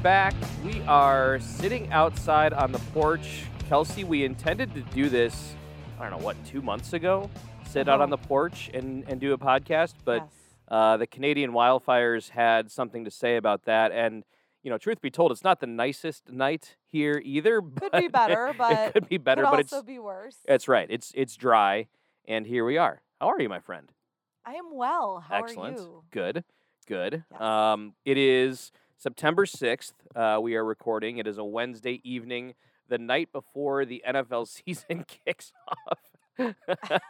back. We are sitting outside on the porch. Kelsey, we intended to do this, I don't know, what, two months ago? Sit out Uh-huh. on the porch and, and do a podcast, but Yes. uh, the Canadian wildfires had something to say about that. And, you know, truth be told, it's not the nicest night here either. could but be better, it but could be better, could but it's, also be worse. that's right. It's, it's dry, and here we are. How are you, my friend? I am well. How Excellent. are you? Good. Good. Yes. Um, it is September 6th. Uh, we are recording. It is a Wednesday evening, the night before the NFL season kicks off.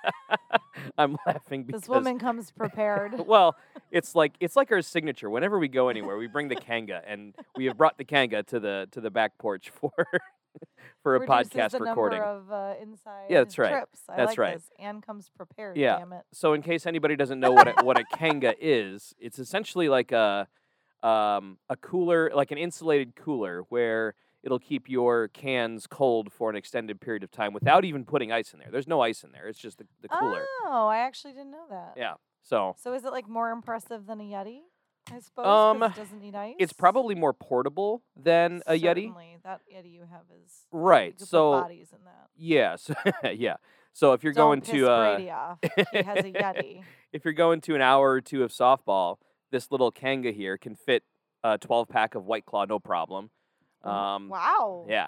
I'm laughing because This woman comes prepared. well, it's like it's like our signature. Whenever we go anywhere, we bring the Kanga, and we have brought the Kanga to the to the back porch for for a Reduces podcast the number recording. Of, uh, inside that's right. Trips. I That's like right. This. Anne comes prepared. Yeah. Damn it. so in case anybody doesn't know what a, what a kanga is, it's essentially like a um, a cooler, like an insulated cooler, where it'll keep your cans cold for an extended period of time without even putting ice in there. There's no ice in there. It's just the, the cooler. Oh, I actually didn't know that. Yeah. So So is it like more impressive than a Yeti? I suppose. Um, 'cause it doesn't need ice. it's probably more portable than a Yeti. Certainly, That Yeti you have is. You Right. could put So bodies in that. yeah. So yeah. So if you're Don't going piss to uh, Brady off. He has a Yeti. if you're going to an hour or two of softball, this little Kanga here can fit a 12 pack of White Claw, no problem. Um, wow. Yeah,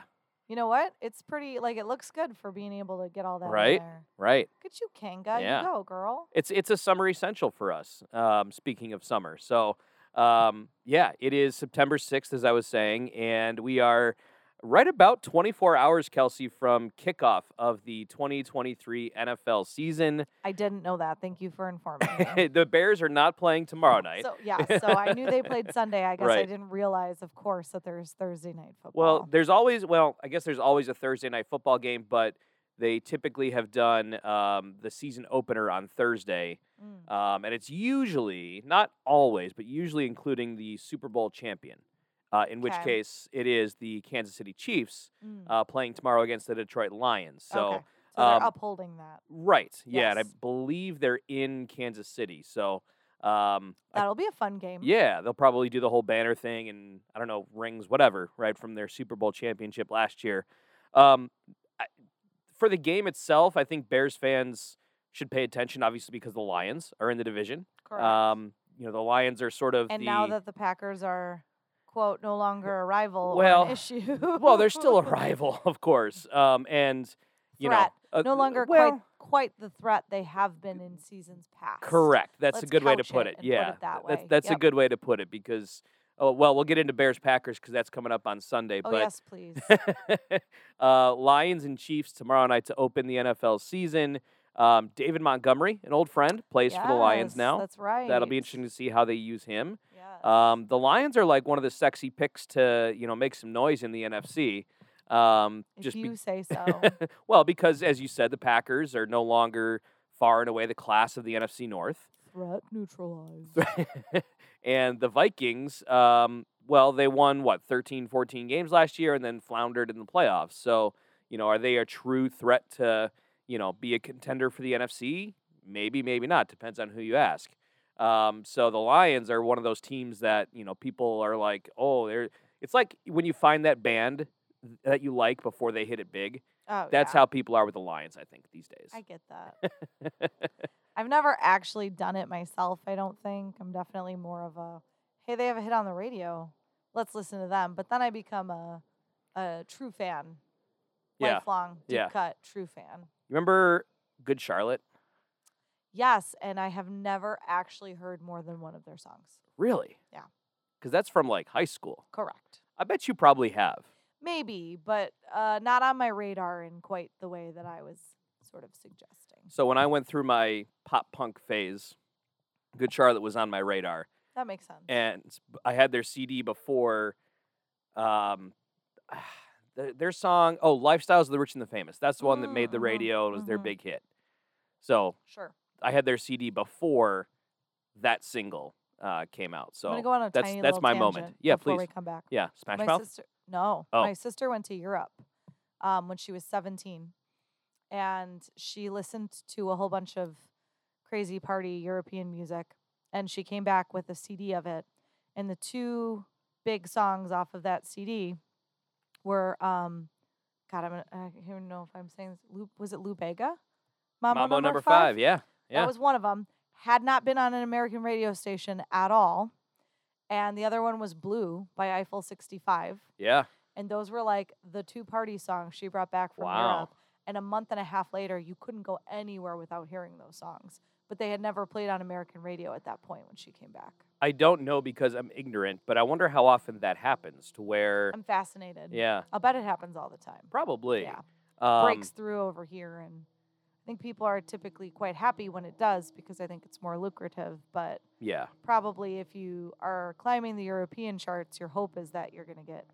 You know what? It's pretty like it looks good for being able to get all that in Right? there. right. Good you, Kanga. Yeah. You go, girl. It's it's a summer essential for us. Um, speaking of summer, so um, yeah, it is September 6th, as I was saying, and we are right about 24 hours, Kelsey, from kickoff of the 2023 NFL season. I didn't know that. Thank you for informing me. the Bears are not playing tomorrow night. So yeah, so I knew they played Sunday. I guess I Right. didn't realize, of course, that there's Thursday night football. Well, there's always well, I guess there's always a Thursday night football game, but they typically have done um, the season opener on Thursday, Mm. um, and it's usually not always, but usually including the Super Bowl champion. Uh, in which Okay. case, it is the Kansas City Chiefs Mm. uh, playing tomorrow against the Detroit Lions. So, okay. so they're um, upholding that. right, yeah, and I Yes. believe they're in Kansas City. So, um, I That'll be a fun game. yeah, they'll probably do the whole banner thing and I don't know rings, whatever, right from their Super Bowl championship last year. Um, I, for the game itself, I think Bears fans should pay attention, obviously, because the Lions are in the division. Correct. Um, you know, the Lions are sort of and the now that the Packers are quote no longer a rival, or well, an issue. well, they're still a rival, of course, um, and you Threat. know, uh, no longer well, quite quite the threat they have been in seasons past. Correct. That's a Let's good way to couch put it it. and put it yeah. that That's way. that's a Yep. good way to put it because oh well, we'll get into Bears Packers because that's coming up on Sunday. Oh but yes, please. uh, Lions and Chiefs tomorrow night to open the NFL season. Um, David Montgomery, an old friend, plays for the Lions Yes, now. That's right. That'll be interesting to see how they use him. Yes. Um, the Lions are like one of the sexy picks to you know make some noise in the NFC. Um, if just be- you say so. well because as you said, the Packers are no longer far and away the class of the NFC North, Threat neutralized. and the Vikings. Um, well, they won what 13, 14 games last year, and then floundered in the playoffs. So you know, are they a true threat to you know be a contender for the NFC? Maybe, maybe not. Depends on who you ask. Um, so the Lions are one of those teams that you know people are like, oh, they're. It's like when you find that band that you like before they hit it big. Oh, That's yeah. how people are with the Lions, I think, these days. I get that. I've never actually done it myself, I don't think. I'm definitely more of a hey, they have a hit on the radio. Let's listen to them. But then I become a a true fan. Yeah. Lifelong, deep Yeah. cut, true fan. You remember Good Charlotte? Yes, and I have never actually heard more than one of their songs. Really? Yeah. Because that's from like high school. Correct. I bet you probably have. Maybe, but uh, not on my radar in quite the way that I was sort of suggesting. So when I went through my pop punk phase, Good Charlotte was on my radar, That makes sense. and I had their CD before. Um, their, their song, oh, "Lifestyles of the Rich and the Famous." That's the one that made the Mm, mhm, radio and was their mhm. big hit. So sure. I had their CD before that single uh, came out. So I'm gonna go on a that's- tiny that's little my moment. tangent Yeah, before we please. come back. yeah, Smash my Mouth. sister no Oh. my sister went to europe um, when she was 17 and she listened to a whole bunch of crazy party european music and she came back with a cd of it and the two big songs off of that CD were um, God, I'm gonna, I don't even know if I'm saying this. Lu, was it Lou Bega? Mambo, Mambo number five. Yeah. Yeah. That was one of them. Had not been on an American radio station at all. And the other one was Blue by Eiffel 65. yeah. And those were like the two party songs she brought back from Wow. Europe. And a month and a half later, you couldn't go anywhere without hearing those songs. But they had never played on American radio at that point when she came back. I don't know because I'm ignorant, but I wonder how often that happens to where. I'm fascinated. Yeah. I'll bet it happens all the time. Probably. Yeah. Um, Breaks through over here. And I think people are typically quite happy when it does because I think it's more lucrative. But Yeah. probably if you are climbing the European charts, your hope is that you're going to get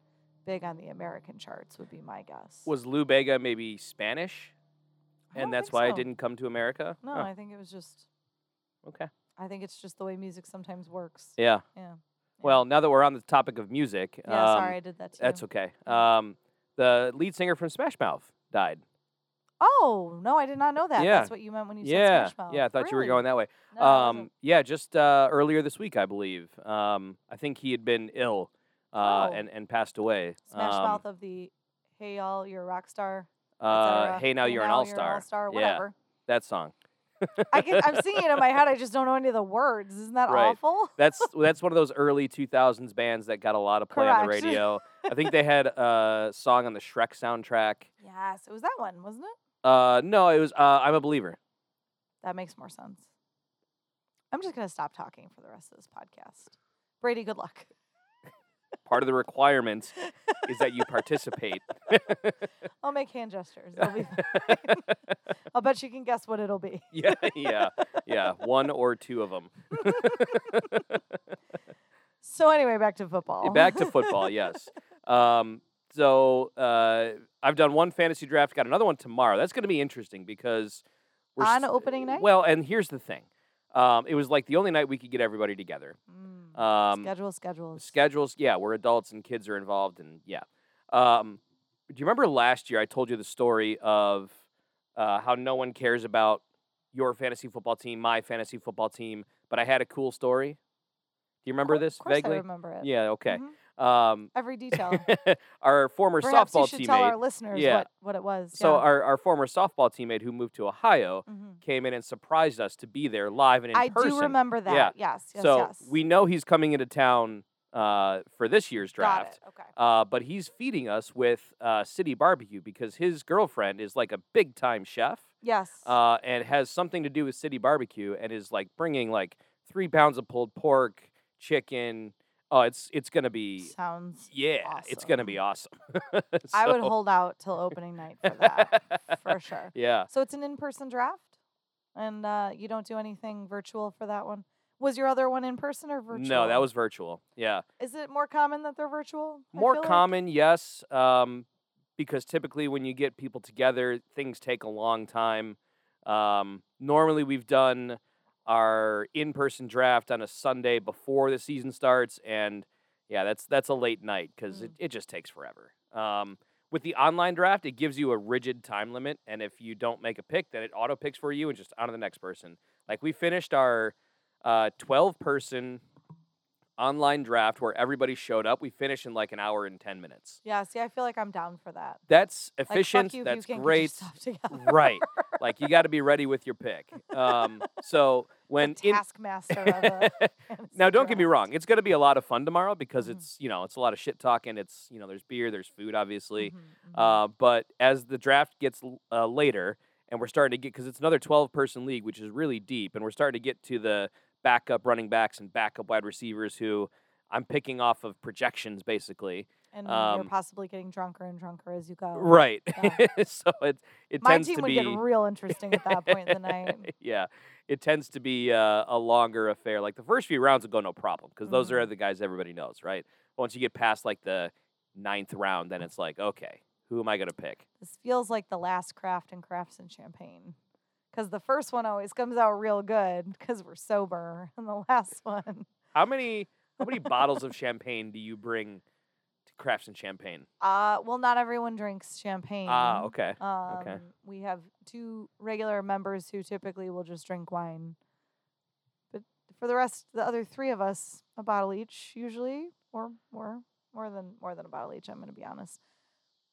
big on the American charts, would be my guess. Was Lou Bega maybe Spanish? I don't And that's think why I so. didn't come to America? No, Huh, I think it was just. okay. I think it's just the way music sometimes works. Yeah. Yeah. Well, now that we're on the topic of music, Yeah, um, sorry, I did that to that's you. okay. Yeah. Um, the lead singer from Smash Mouth died. Oh no, I did not know that. Yeah. That's what you meant when you yeah, said Smash Mouth. yeah. I thought you were Really? going that way. No, it um, wasn't. yeah, just uh, earlier this week, I believe. Um, I think he had been ill uh, Oh. and and passed away. Smash um, Mouth of the Hey Y'all, You're a Rock Star. et Uh, cetera. hey, now you're an all star. All-Star, Yeah, whatever. that song. I can, I'm singing it in my head. I just don't know any of the words. Isn't that Right. awful? That's that's one of those early 2000s bands that got a lot of play on the Correct. radio. I think they had a song on the Shrek soundtrack. Yes, it was that one, wasn't it? Uh, no, it was uh, I'm a Believer. That makes more sense. I'm just gonna stop talking for the rest of this podcast. Brady, good luck. Part of the requirement is that you participate. I'll make hand gestures. It'll be fine. I'll bet you can guess what it'll be. yeah, yeah, yeah. One or two of them. So anyway, back to football. Back to football, yes. Um, so uh, I've done one fantasy draft, got another one tomorrow. That's going to be interesting because we're On s- opening night? Well, and here's the thing: um, it was like the only night we could get everybody together. Mm. Um, schedule, schedules. schedules, yeah, where adults and kids are involved, and yeah. Um, do you remember last year I told you the story of uh, how no one cares about your fantasy football team, my fantasy football team, but I had a cool story. Do you remember Of this course I vaguely? remember it. Yeah, okay. Mhm. Um, Every detail. our former Perhaps you softball should teammate. tell our listeners Yeah. what, what it was. so yeah. our, our former softball teammate who moved to Ohio Mhm. came in and surprised us to be there live and in I person. do remember that. Yes. Yes. so yes. we know he's coming into town uh, for this year's draft. Got it. Okay. Uh, but he's feeding us with uh, city barbecue because his girlfriend is like a big time chef Yes. uh, and has something to do with city barbecue and is like bringing like three pounds of pulled pork, chicken. Oh, it's it's gonna be Sounds. yeah, it's gonna be awesome. I would So- hold out till opening night for that for sure. yeah. So it's an in-person draft, and uh, you don't do anything virtual for that one. Was your other one in person or virtual? No, that was virtual. Yeah, Is it more common that they're virtual? I more feel like- common, yes, um, because typically when you get people together, things take a long time. Um, normally, we've done our in-person draft on a Sunday before the season starts, and yeah, that's that's a late night because Mm. it, it just takes forever. Um, with the online draft, it gives you a rigid time limit, and if you don't make a pick, then it auto picks for you and just on to the next person. Like we finished our uh, 12 person online draft where everybody showed up. We finished in like an hour and 10 minutes. Yeah. See, I feel like I'm down for that. That's Like, fuck efficient. you if you that's can't get your great. stuff together. Right. Like you got to be ready with your pick. Um, so when the in, taskmaster. of a fantasy now don't get me draft. wrong, it's going to be a lot of fun tomorrow because Mhm. it's you know it's a lot of shit talking. It's you know there's beer, there's food, obviously. Mhm, mhm. Uh, but as the draft gets l- uh, later, and we're starting to get because it's another 12 person league, which is really deep, and we're starting to get to the backup running backs and backup wide receivers who I'm picking off of projections basically. and you're um, possibly getting drunker and drunker as you go. Right. Oh, Yeah. so it it My tends team to would be get real interesting at that point in the night. yeah, it tends to be uh, a longer affair. Like the first few rounds will go no problem because those are the guys everybody knows, right? Once you get past like the ninth round, then it's like okay, who am I gonna pick? This feels like the last craft and crafts and champagne. Because the first one always comes out real good because we're sober. And the last one, How many how many bottles of champagne do you bring to crafts and champagne? uh, well, not everyone drinks champagne. Ah, okay. Um, okay. We have two regular members who typically will just drink wine. But for the rest, the other three of us, a bottle each usually. or more, more than more than a bottle each. I'm going to be honest.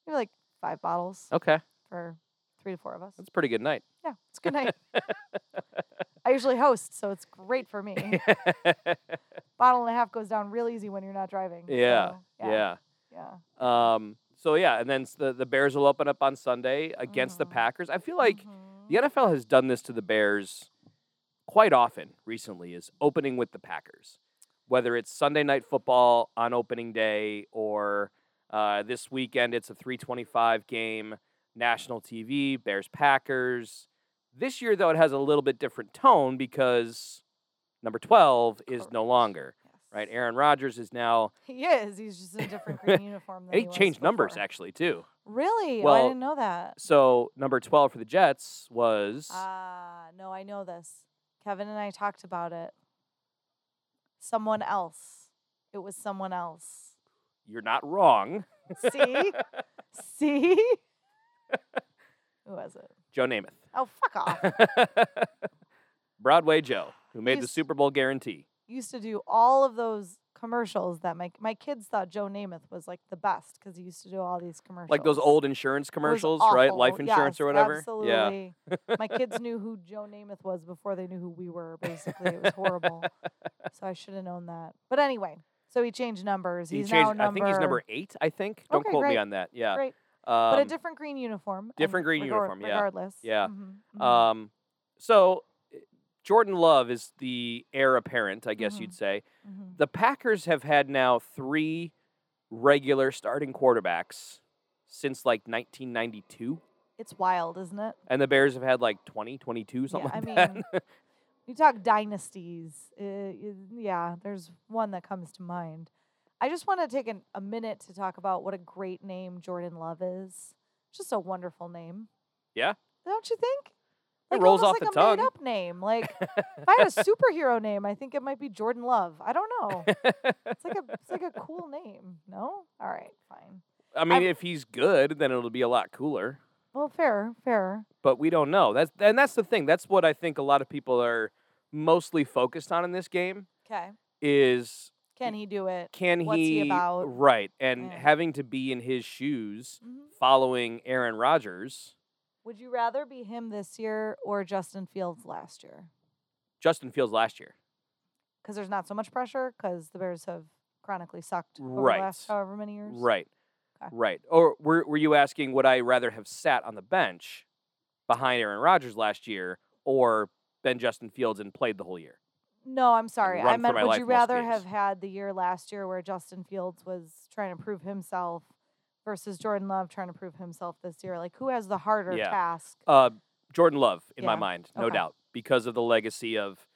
Maybe like five bottles Okay, for three to four of us. that's a pretty good night. yeah, it's a good night. I usually host, so it's great for me. Bottle and a half goes down real easy when you're not driving. Yeah, so, yeah, yeah. yeah. Um, so yeah, and then s- the the Bears will open up on Sunday against the Mhm. Packers. I feel like Mhm. the NFL has done this to the Bears quite often recently. Is opening with the Packers, whether it's Sunday Night Football on opening day or uh, this weekend it's a 3:25 game, national TV, Bears Packers. This year though, it has a little bit different tone because number 12 is no Correct. longer right. Yes. Aaron Rodgers is now. He is. He's just in a different green uniform. Than And he was changed numbers before. actually too. Really? oh, I Well, didn't know that. So number twelve for the Jets was Ah, no, I know this. Kevin and I talked about it. Someone else. It was someone else. you're not wrong, See? See? Who was it? Joe Namath, Oh, fuck off. Broadway Joe, who made the He's- Super Bowl guarantee. Used to do all of those commercials that my my kids thought Joe Namath was like the best because he used to do all these commercials. Like those old insurance It was commercials, right? Life awful. insurance Yes, or whatever. Yeah. Absolutely. my kids knew who Joe Namath was before they knew who we were, basically. It was horrible. so I should have known that. But anyway, so he changed numbers. He he's now changed. number, I think he's number eight. I think. Don't Okay, quote me great, on that. Yeah. great. Um, but a different green uniform. and different green regard- uniform, yeah. Regardless. Yeah. Mhm, mhm. um, so eh, Jordan Love is the heir apparent, I guess Mm-hmm. you'd say. Mhm. The Packers have had now three regular starting quarterbacks since like 1992. It's wild, isn't it? And the Bears have had like 20, 22, something yeah, like I that. mean, you talk dynasties. Uh, y- yeah, there's one that comes to mind. I just want to take an, a minute to talk about what a great name Jordan Love is. Just a wonderful name. Yeah. Don't you think? It rolls off almost like the a tongue. made-up name. Like if I had a superhero name, I think it might be Jordan Love. I don't know. It's like a it's like a cool name. No? All right, fine. I mean, I'm- if he's good, then it'll be a lot cooler. Well, fair, fair. But we don't know. That's and that's the thing. That's what I think a lot of people are mostly focused on in this game Okay. is Can he do it? can What's he about? right and Yeah. having to be in his shoes Mhm. following Aaron Rodgers. Would you rather be him this year or Justin Fields last year? Justin Fields last year. Because there's not so much pressure because the Bears have chronically sucked over Right. the last however many years. Right. Okay. Right. Or were, were you asking would I rather have sat on the bench behind Aaron Rodgers last year or been Justin Fields and played the whole year? No, I'm sorry. run I for meant my would life you most rather games. have had the year last year where Justin Fields was trying to prove himself versus Jordan Love trying to prove himself this year? Like who has the harder Yeah. task? Uh, Jordan Love, in my Yeah. mind, no Okay. doubt, because of the legacy of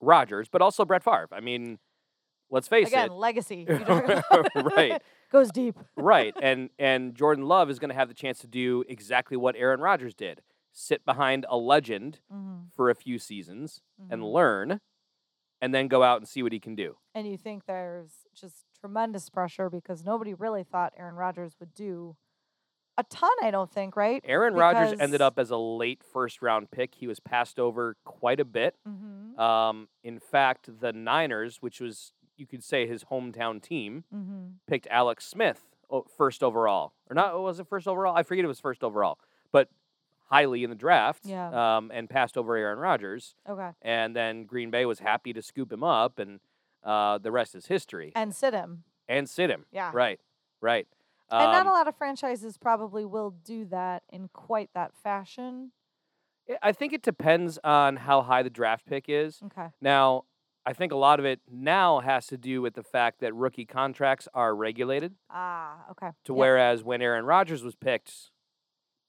Rodgers, but also Brett Favre. I mean, let's face Again, legacy. You don't- it. right, Goes deep. right. And and Jordan Love is going to have the chance to do exactly what Aaron Rodgers did: sit behind a legend Mm-hmm, for a few seasons and learn, and then go out and see what he can do. and you think there's just tremendous pressure because nobody really thought Aaron Rodgers would do a ton, I don't think, right? Aaron Rodgers ended Because- up as a late first round pick. He was passed over quite a bit. Mm-hmm. Um, in fact, the Niners, which was you could say his hometown team, Mm-hmm. picked Alex Smith o- first overall, or not? Was it first overall? I forget it was first overall, but highly in the draft. Yeah. Um, and passed over Aaron Rodgers, Okay. and then Green Bay was happy to scoop him up, and uh, the rest is history. And sit him. And sit him. Yeah. Right. Right. Um, and not a lot of franchises probably will do that in quite that fashion. I- I think it depends on how high the draft pick is. Okay. Now, I think a lot of it now has to do with the fact that rookie contracts are regulated. Ah, okay. To whereas when Aaron Rodgers was picked,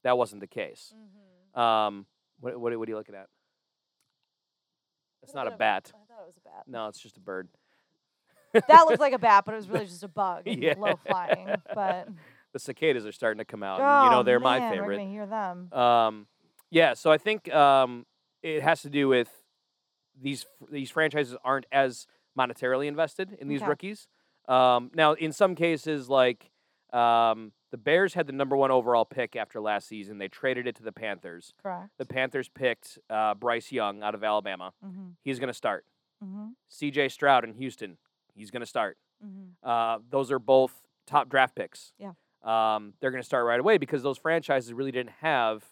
that wasn't the case. Mm-hmm. Um, what what, what are you looking at? It's not a bat. I thought it was a bat. No, it's just a bird. that looked like a bat, but it was really just a bug. and Yeah. Low flying. But The cicadas are starting to come out. and Um, you know Oh, they're my man, We're favorite. gonna hear them. Um, yeah, so I think um, it has to do with these f- these franchises aren't as monetarily invested in these Okay. rookies. Um, now, in some cases, like um, the Bears had the number one overall pick after last season, they traded it to the Panthers. Correct. The Panthers picked uh, Bryce Young out of Alabama. Mm-hmm. He's going to start. Mm-hmm. C.J. Stroud in Houston. He's going to start. hmm Uh, those are both top draft picks. Yeah. Um, they're going to start right away because those franchises really didn't have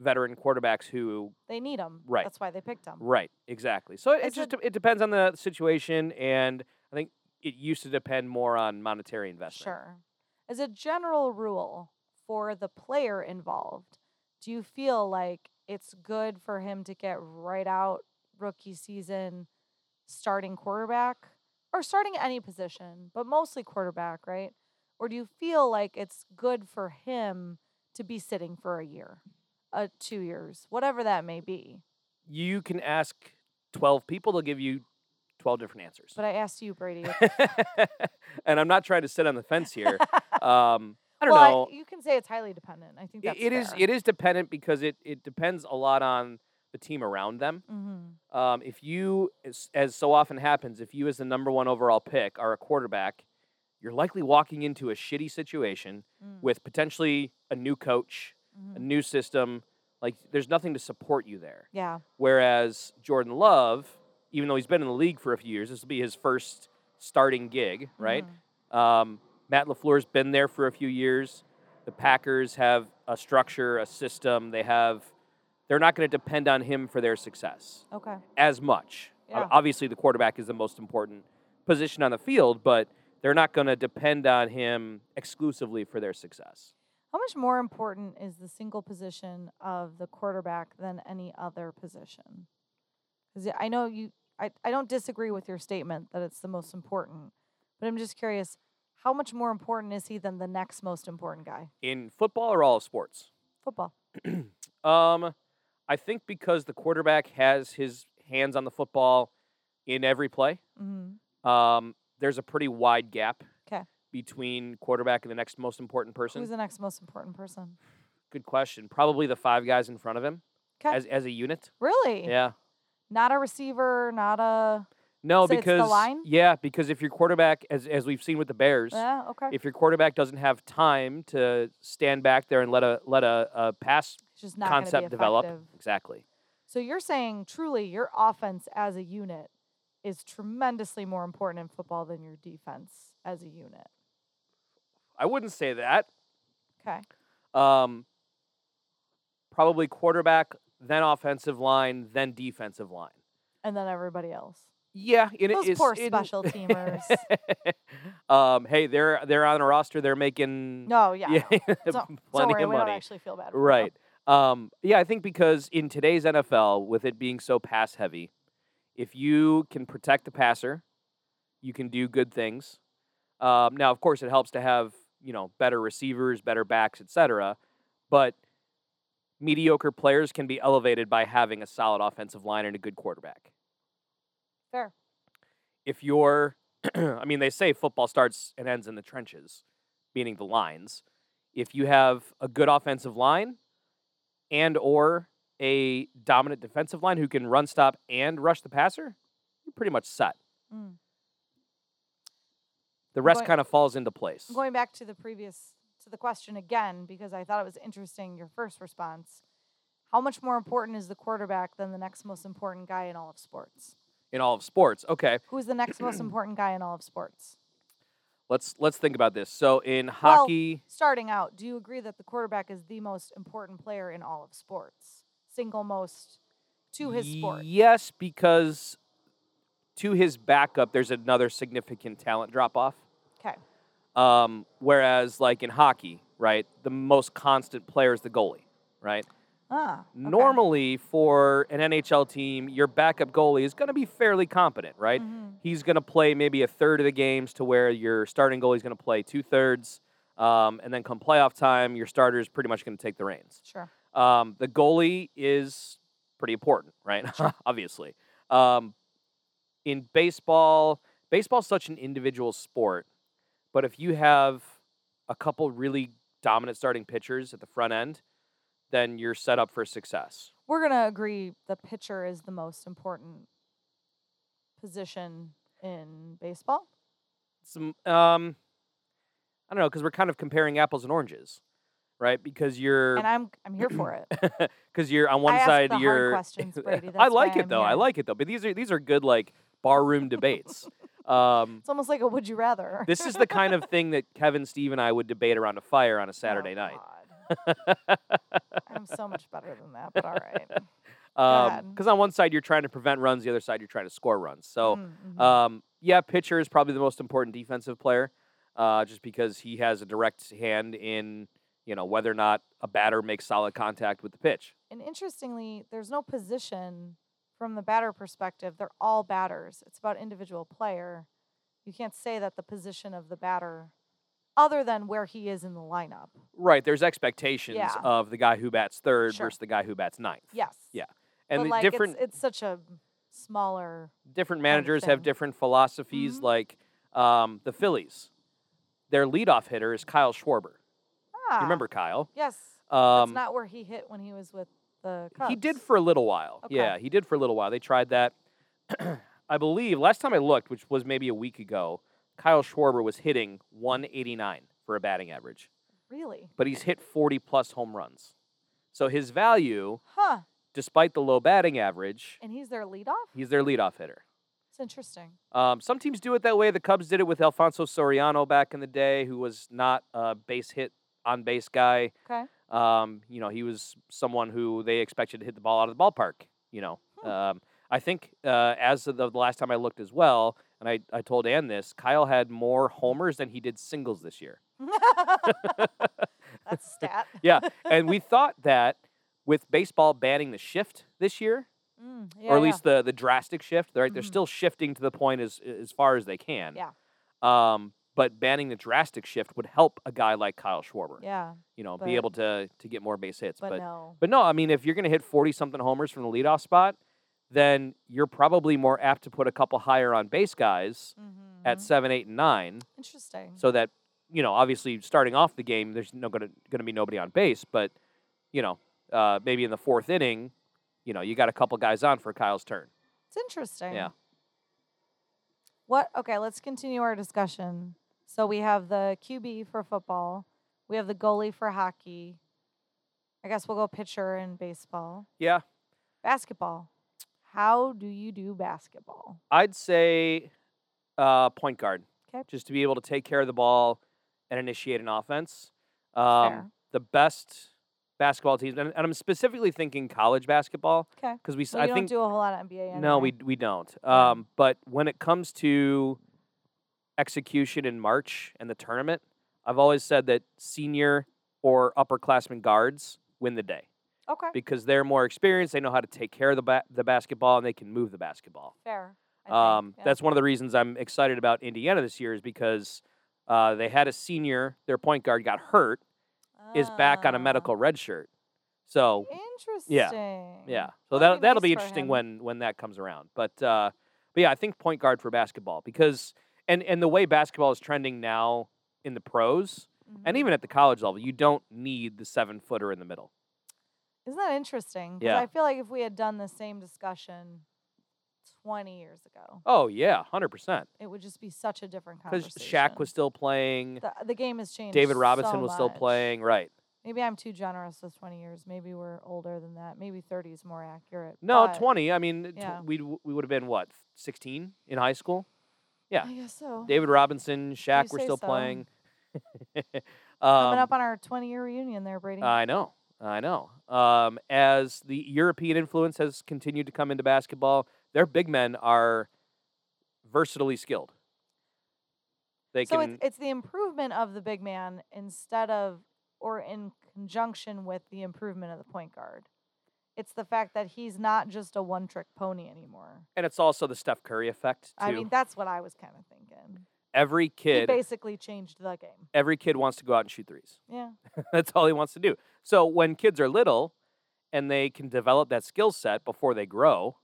veteran quarterbacks who They need them. Right. That's why they picked them. Right, exactly. So it, it It's a- just de- it depends on the situation, and I think it used to depend more on monetary investment. Sure. As a general rule for the player involved, do you feel like it's good for him to get right out rookie season starting quarterback or starting any position, but mostly quarterback, right? Or do you feel like it's good for him to be sitting for a year, uh, two years, whatever that may be? You can ask twelve people; they'll give you twelve different answers. But I asked you, Brady. if- and I'm not trying to sit on the fence here. um, I don't well, know. you can say it's highly dependent. I think I- that's it is fair. it is dependent because it it depends a lot on the team around them. Mhm. Um, if you, as, as so often happens, if you as the number one overall pick are a quarterback, you're likely walking into a shitty situation Mm, with potentially a new coach, a mhm. new system. Like there's nothing to support you there. Yeah. Whereas Jordan Love, even though he's been in the league for a few years, this will be his first starting gig, right? mhm. Um, Matt Lafleur's been there for a few years. The Packers have a structure, a system. They have. They're not going to depend on him for their success Okay. as much. O- Yeah. Obviously, the quarterback is the most important position on the field, but they're not going to depend on him exclusively for their success. How much more important is the single position of the quarterback than any other position? Because I know you, I, I don't disagree with your statement that it's the most important, but I'm just curious how much more important is he than the next most important guy? In football or all of sports? Football. Um, I think because the quarterback has his hands on the football in every play, hmm um, there's a pretty wide gap 'Kay. between quarterback and the next most important person. Who's the next most important person? Good question. Probably the five guys in front of him 'Kay. as, as a unit. Really? Yeah. Not a receiver, not a. No, So it's the because line? yeah, because if your quarterback, as as we've seen with the Bears, Yeah, okay. if your quarterback doesn't have time to stand back there and let a let a, a pass It's just not gonna concept be develop, effective. exactly. So you're saying truly your offense as a unit is tremendously more important in football than your defense as a unit. I wouldn't say that. Okay. Um, probably quarterback, then offensive line, then defensive line. And then everybody else. Yeah, it Those is. poor in- special teamers. um, hey, they're they're on a roster. They're making No, yeah. yeah, Don't, plenty don't worry, of we don't money. actually feel bad. for them. Right. Um, yeah, I think because in today's NFL, with it being so pass heavy, if you can protect the passer, you can do good things. Um, now, of course, it helps to have you know better receivers, better backs, etc. But mediocre players can be elevated by having a solid offensive line and a good quarterback. Fair. If you're, I mean, they say football starts and ends in the trenches, meaning the lines. If you have a good offensive line and or a dominant defensive line who can run stop and rush the passer, you're pretty much set. Mm. The rest going- kind of falls into place. Going back to the previous to the question again because I thought it was interesting your first response. How much more important is the quarterback than the next most important guy in all of sports? in all of sports. Okay, Who is the next most important guy in all of sports? let's let's think about this. So in hockey, starting out, do you agree that the quarterback is the most important player in all of sports? Single most to his sport. yes, because to his backup, there's another significant talent drop off. Okay. Um, whereas like in hockey, right, the most constant player is the goalie, right? Ah. okay. Normally for an NHL team, your backup goalie is going to be fairly competent, right? Mhm. he's going to play maybe a third of the games to where your starting goalie's going to play two thirds. Um, and then come playoff time, your starter's pretty much going to take the reins. Sure. Um, the goalie is pretty important, right? Obviously. Um, in baseball, baseball's such an individual sport, but if you have a couple really dominant starting pitchers at the front end, then you're set up for success. We're gonna agree the pitcher is the most important position in baseball. some um I don't know because we're kind of comparing apples and oranges, right? Because you're And I'm I'm here for it. because you're on one I ask side the hard you're questions, Brady, I that's why like it I'm though. I here. like it though. But these are these are good like barroom debates. Um, It's almost like a would you rather. this is the kind of thing that Kevin, Steve, and I would debate around a fire on a Saturday night. Oh, God. I'm so much better than that, but all right. God. Because Um, on one side you're trying to prevent runs, the other side you're trying to score runs. So, Mm, mhm. um, yeah, pitcher is probably the most important defensive player, uh, just because he has a direct hand in you know whether or not a batter makes solid contact with the pitch. and interestingly, there's no position from the batter perspective. They're all batters. It's about individual player. You can't say that the position of the batter, other than where he is in the lineup. Right. There's expectations Yeah. of the guy who bats third Sure. versus the guy who bats ninth. Yes. Yeah, And but the like different it's, it's such a smaller. different managers have understand. different philosophies. Mhm. Like um, the Phillies, their leadoff hitter is Kyle Schwarber. Ah, You remember Kyle? Yes. Um, that's not where he hit when he was with the Cubs. He did for a little while. Okay. Yeah, he did for a little while. They tried that. I believe last time I looked, which was maybe a week ago, Kyle Schwarber was hitting 189 for a batting average, really? but he's hit 40 plus home runs. So his value, Huh? despite the low batting average, And he's their leadoff. he's their leadoff hitter. It's interesting. Um, some teams do it that way. The Cubs did it with Alfonso Soriano back in the day, who was not a base hit on base guy. Okay. Um, you know, he was someone who they expected to hit the ball out of the ballpark. You know, Hmm. um, I think uh, as of the the last time I looked as well, and I, I told Ann this, Kyle had more homers than he did singles this year. That's a stat. Yeah, and we thought that with baseball banning the shift this year, Mm, or yeah, at yeah. least the the drastic shift. Right, they're Mhm. still shifting to the point as as far as they can. Yeah. Um, but banning the drastic shift would help a guy like Kyle Schwarber. Yeah, You know, but- be able to to get more base hits. but, But but no, no. I mean, if you're going to hit forty something homers from the leadoff spot, then you're probably more apt to put a couple higher on base guys at Mhm. seven, eight, and nine, interesting. so that you know, obviously, starting off the game, there's no going to going to be nobody on base, but you know, uh, maybe in the fourth inning. You know, you got a couple guys on for Kyle's turn. It's interesting. What? Okay, let's continue our discussion. So we have the QB for football. We have the goalie for hockey. I guess we'll go pitcher in baseball. Yeah. Basketball. How do you do basketball? I'd say uh, point guard, 'Kay. just to be able to take care of the ball and initiate an offense. Fair. Um, the best basketball teams, and, and I'm specifically thinking college basketball Okay. because we, s Well, I you think don't do a whole lot of NBA. no, we anyway. d- we don't. Yeah. Um, but when it comes to execution in March and the tournament, I've always said that senior or upperclassmen guards win the day Okay. because they're more experienced. They know how to take care of the ba- the basketball and they can move the basketball. Fair. I think, Um, yeah. That's one of the reasons I'm excited about Indiana this year is because uh, they had a senior, their point guard got hurt, is back on a Ah, medical red shirt. So Um, Interesting. Yeah. yeah, so that That'll be that'll be nice for interesting him. when when that comes around. But uh, but yeah, I think point guard for basketball because and and the way basketball is trending now in the pros and Mhm. even at the college level, you don't need the seven footer in the middle. Isn't that interesting? 'Cause Yeah. I feel like if we had done the same discussion 20 years ago, Oh yeah, hundred percent. it would just be such a different Because conversation. Shaq was still playing, The, the game has changed. David Robinson so was still much. playing, right? Maybe I'm too generous with 20 years. Maybe we're older than that. Maybe 30 is more accurate. No, but- twenty. I mean, tw- yeah. we'd, we would have been what sixteen in high school. yeah. I guess so. David Robinson, Shaq were Oh, say still so. playing. Coming Um, Uh, up on our 20 year reunion there, Brady. I know, I know. Um, as the European influence has continued to come into basketball, their big men are versatilely skilled. They so can it's, it's the improvement of the big man instead of or in conjunction with the improvement of the point guard. It's the fact that he's not just a one trick pony anymore. and it's also the Steph Curry effect too. I mean, that's what I was kind of thinking. every He kid, basically changed the game. every kid wants to go out and shoot threes. Yeah. That's all he wants to do. So when kids are little and they can develop that skill set before they grow,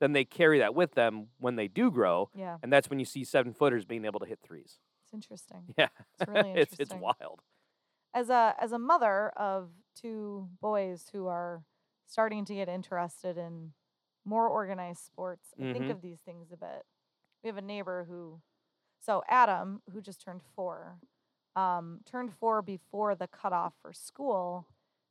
then they carry that with them when they do grow. Yeah. And that's when you see seven footers being able to hit threes. It's interesting. Yeah. It's really interesting. it's, it's wild. As a as a mother of two boys who are starting to get interested in more organized sports, I think Mhm. of these things a bit. We have a neighbor who so Adam, who just turned four, um, turned four before the cutoff for school,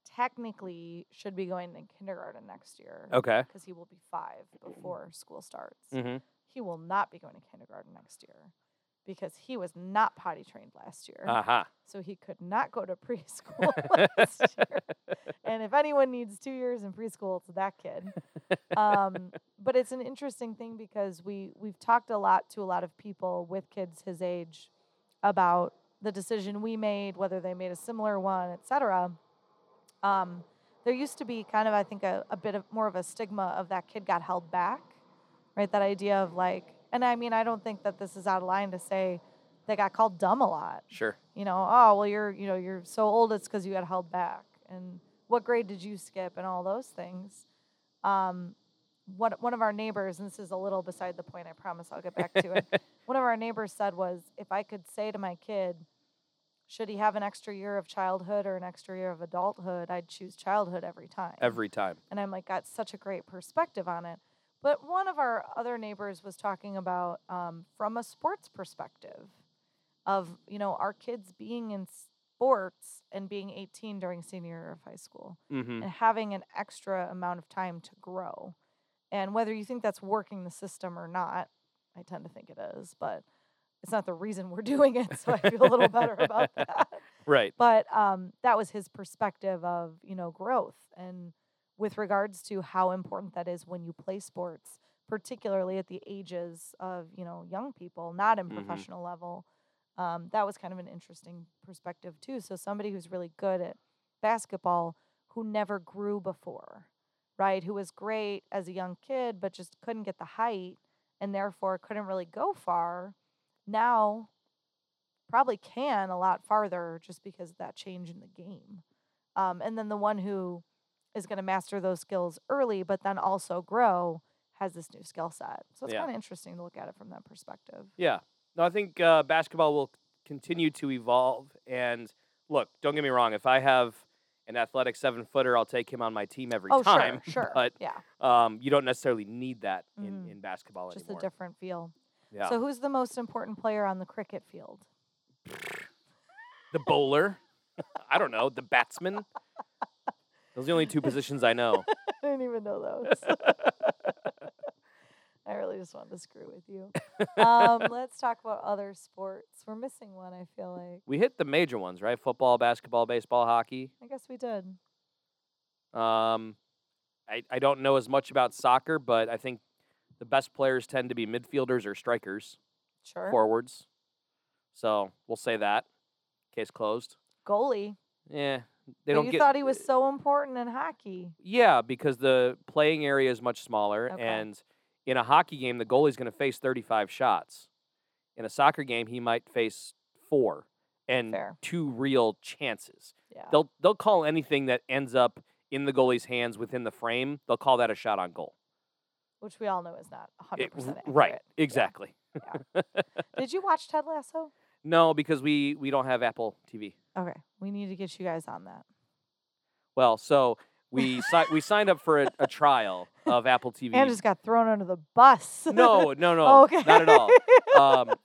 technically should be going to kindergarten next year. Okay. Because he will be five before school starts. Mm-hmm. he will not be going to kindergarten next year because he was not potty trained last year. Uh huh. So he could not go to preschool last year. And if anyone needs two years in preschool, it's that kid. Um, but it's an interesting thing because we we've talked a lot to a lot of people with kids his age about the decision we made, whether they made a similar one, et cetera. Um, there used to be kind of, I think, a, a bit of more of a stigma of that kid got held back, right? That idea of like, and I mean, I don't think that this is out of line to say they got called dumb a lot. Sure. You know, oh well, you're you know you're so old, it's because you got held back, and what grade did you skip, and all those things. Um, one one of our neighbors, and this is a little beside the point. I promise I'll get back to it. one of our neighbors said was if I could say to my kid, should he have an extra year of childhood or an extra year of adulthood, I'd choose childhood every time. Every time. And I'm like, got such a great perspective on it. But one of our other neighbors was talking about um, from a sports perspective of, you know, our kids being in sports and being 18 during senior year of high school Mm-hmm. and having an extra amount of time to grow. And whether you think that's working the system or not, I tend to think it is, but it's not the reason we're doing it. So I feel a little better about that. Right. But um, that was his perspective of, you know, growth and with regards to how important that is when you play sports, particularly at the ages of, you know, young people, not in Mhm. professional level. Um, that was kind of an interesting perspective too. So somebody who's really good at basketball who never grew before, right? Who was great as a young kid, but just couldn't get the height and therefore couldn't really go far. Now, probably can a lot farther just because of that change in the game. Um, and then the one who is going to master those skills early, but then also grow, has this new skill set. So it's Yeah. kind of interesting to look at it from that perspective. Yeah. No, I think uh, basketball will continue to evolve. And look, don't get me wrong. If I have an athletic seven footer, I'll take him on my team every oh, time. sure, sure. But yeah, um, you don't necessarily need that in, Mhm. in basketball just anymore. a different feel. yeah. So who's the most important player on the cricket field? the bowler. I don't know. The batsman. Those are the only two positions I know. I didn't even know those. I really just wanted to screw with you. Um, let's talk about other sports. We're missing one, I feel like. We hit the major ones, right? Football, basketball, baseball, hockey. I guess we did. Um, I, I don't know as much about soccer, but I think the best players tend to be midfielders or strikers, Sure. forwards. So we'll say that. Case closed. Goalie. Yeah, they but don't you get. uh, thought he was so important in hockey. yeah, because the playing area is much smaller, Okay. and in a hockey game, the goalie's going to face 35 shots. In a soccer game, he might face four and Fair. two real chances. Yeah. They'll they'll call anything that ends up in the goalie's hands within the frame. They'll call that a shot on goal. Which we all know is not 100% It- accurate. right, exactly. Did you watch Ted Lasso? No, because we we don't have Apple TV. Okay. We need to get you guys on that. Well, so we si- we signed up for a, a trial of Apple TV. And just got thrown under the bus. no, no, no, okay. not at all. Um,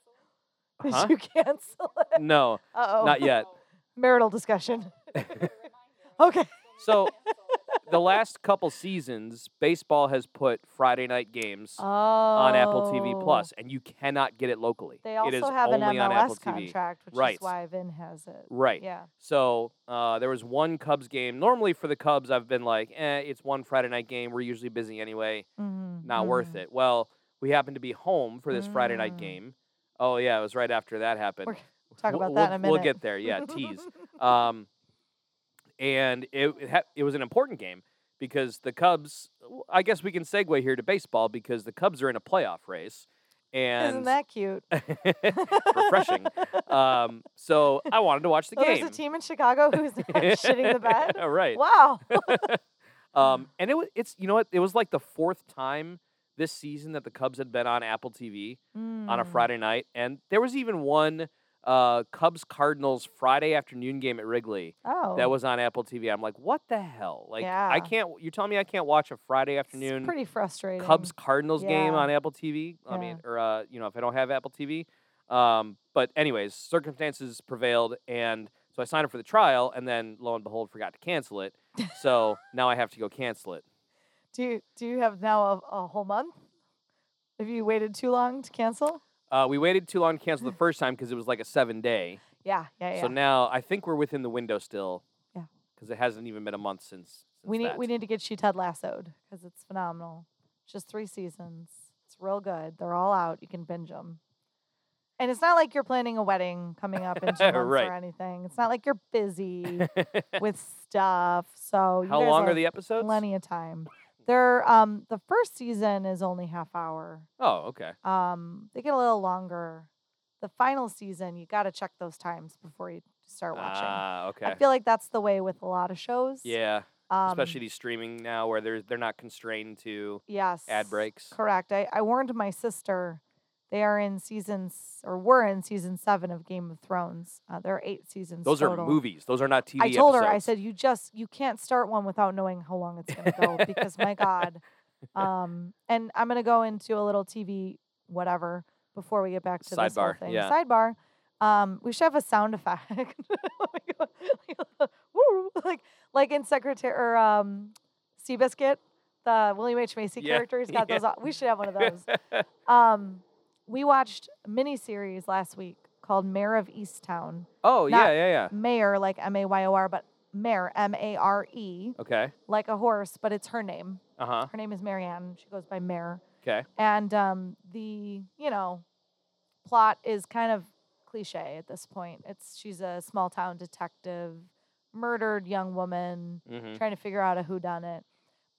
Did huh? you cancel it? no, Uh oh. not yet. Marital discussion. okay. So the last couple seasons, baseball has put Friday night games Oh. on Apple TV Plus, and you cannot get it locally. They it is also have an only on Apple MLS TV. contract, which Right. is why Vin has it. Right. Yeah. So uh, there was one Cubs game. Normally for the Cubs, I've been like, eh, it's one Friday night game. We're usually busy anyway. Mm-hmm. not worth it. Well, we happened to be home for this Friday night Mm. game. Oh yeah, it was right after that happened. We're gonna Talk We'll- about that in a we'll- minute. We'll get there. Yeah, tease. Um, and it it, ha- it was an important game because the Cubs. w- I guess we can segue here to baseball because the Cubs are in a playoff race, and Isn't that cute? refreshing. um, so I wanted to watch the So there's game. a team in Chicago who's not shitting the bed. All right. Wow. Um, and it was it's you know what it was like the fourth time this season that the Cubs had been on Apple TV. on a Mm. Friday night. And there was even one uh, Cubs Cardinals Friday afternoon game at Wrigley Oh. that was on Apple TV. I'm like, what the hell? Like, I Yeah. can't. You're telling me I can't watch a Friday It's afternoon pretty frustrating. Cubs Cardinals game Yeah. on Apple TV? I Yeah. mean, or uh, you know, if I don't have Apple TV. Um, but anyways, circumstances prevailed, and so I signed up for the trial, and then lo and behold, forgot to cancel it. So now I have to go cancel it. Do you do you have now a, a whole month Have you waited too long to cancel? Uh, we waited too long to cancel the first time because it was like a seven day. Yeah, yeah, yeah. So now I think we're within the window still. Yeah. Because it hasn't even been a month since. since we need that. we need to get you Ted Lassoed because it's phenomenal. Just three seasons. It's real good. They're all out. You can binge them. And it's not like you're planning a wedding coming up in two months Right. or anything. It's not like you're busy with stuff. So oh, you How guys long will are the have episodes? Plenty of time. They're um the first season is only half hour. Oh, okay. Um, they get a little longer. The final season, you got to check those times before you start watching. Ah, okay. I feel like that's the way with a lot of shows. yeah, Um, especially these streaming now where they're they're not constrained to yes. ad breaks. Correct. I, I warned my sister. They are in seasons, or were in season seven of Game of Thrones. Uh, there are eight seasons. Those total. are movies. Those are not TV. I told her, I episodes. said, you just you can't start one without knowing how long it's going to go because my God. Um, and I'm going to go into a little TV whatever before we get back to this whole Sidebar, thing. yeah. Sidebar. Um, we should have a sound effect. Like a- woo, like like in Secretary or um, Seabiscuit, the William H Macy Yeah, character. He's got yeah. those. on- We should have one of those. um, we watched a miniseries last week called Mayor of Easttown. Oh not- yeah, yeah, yeah. Mayor, like M A Y O R, but Mare, M A R E, Okay. like a horse, but it's her name. Uh huh. Her name is Marianne. She goes by Mare. Okay. And um, the, you know, plot is kind of cliche at this point. It's she's a small town detective, murdered young woman, hmm trying to figure out a whodunit.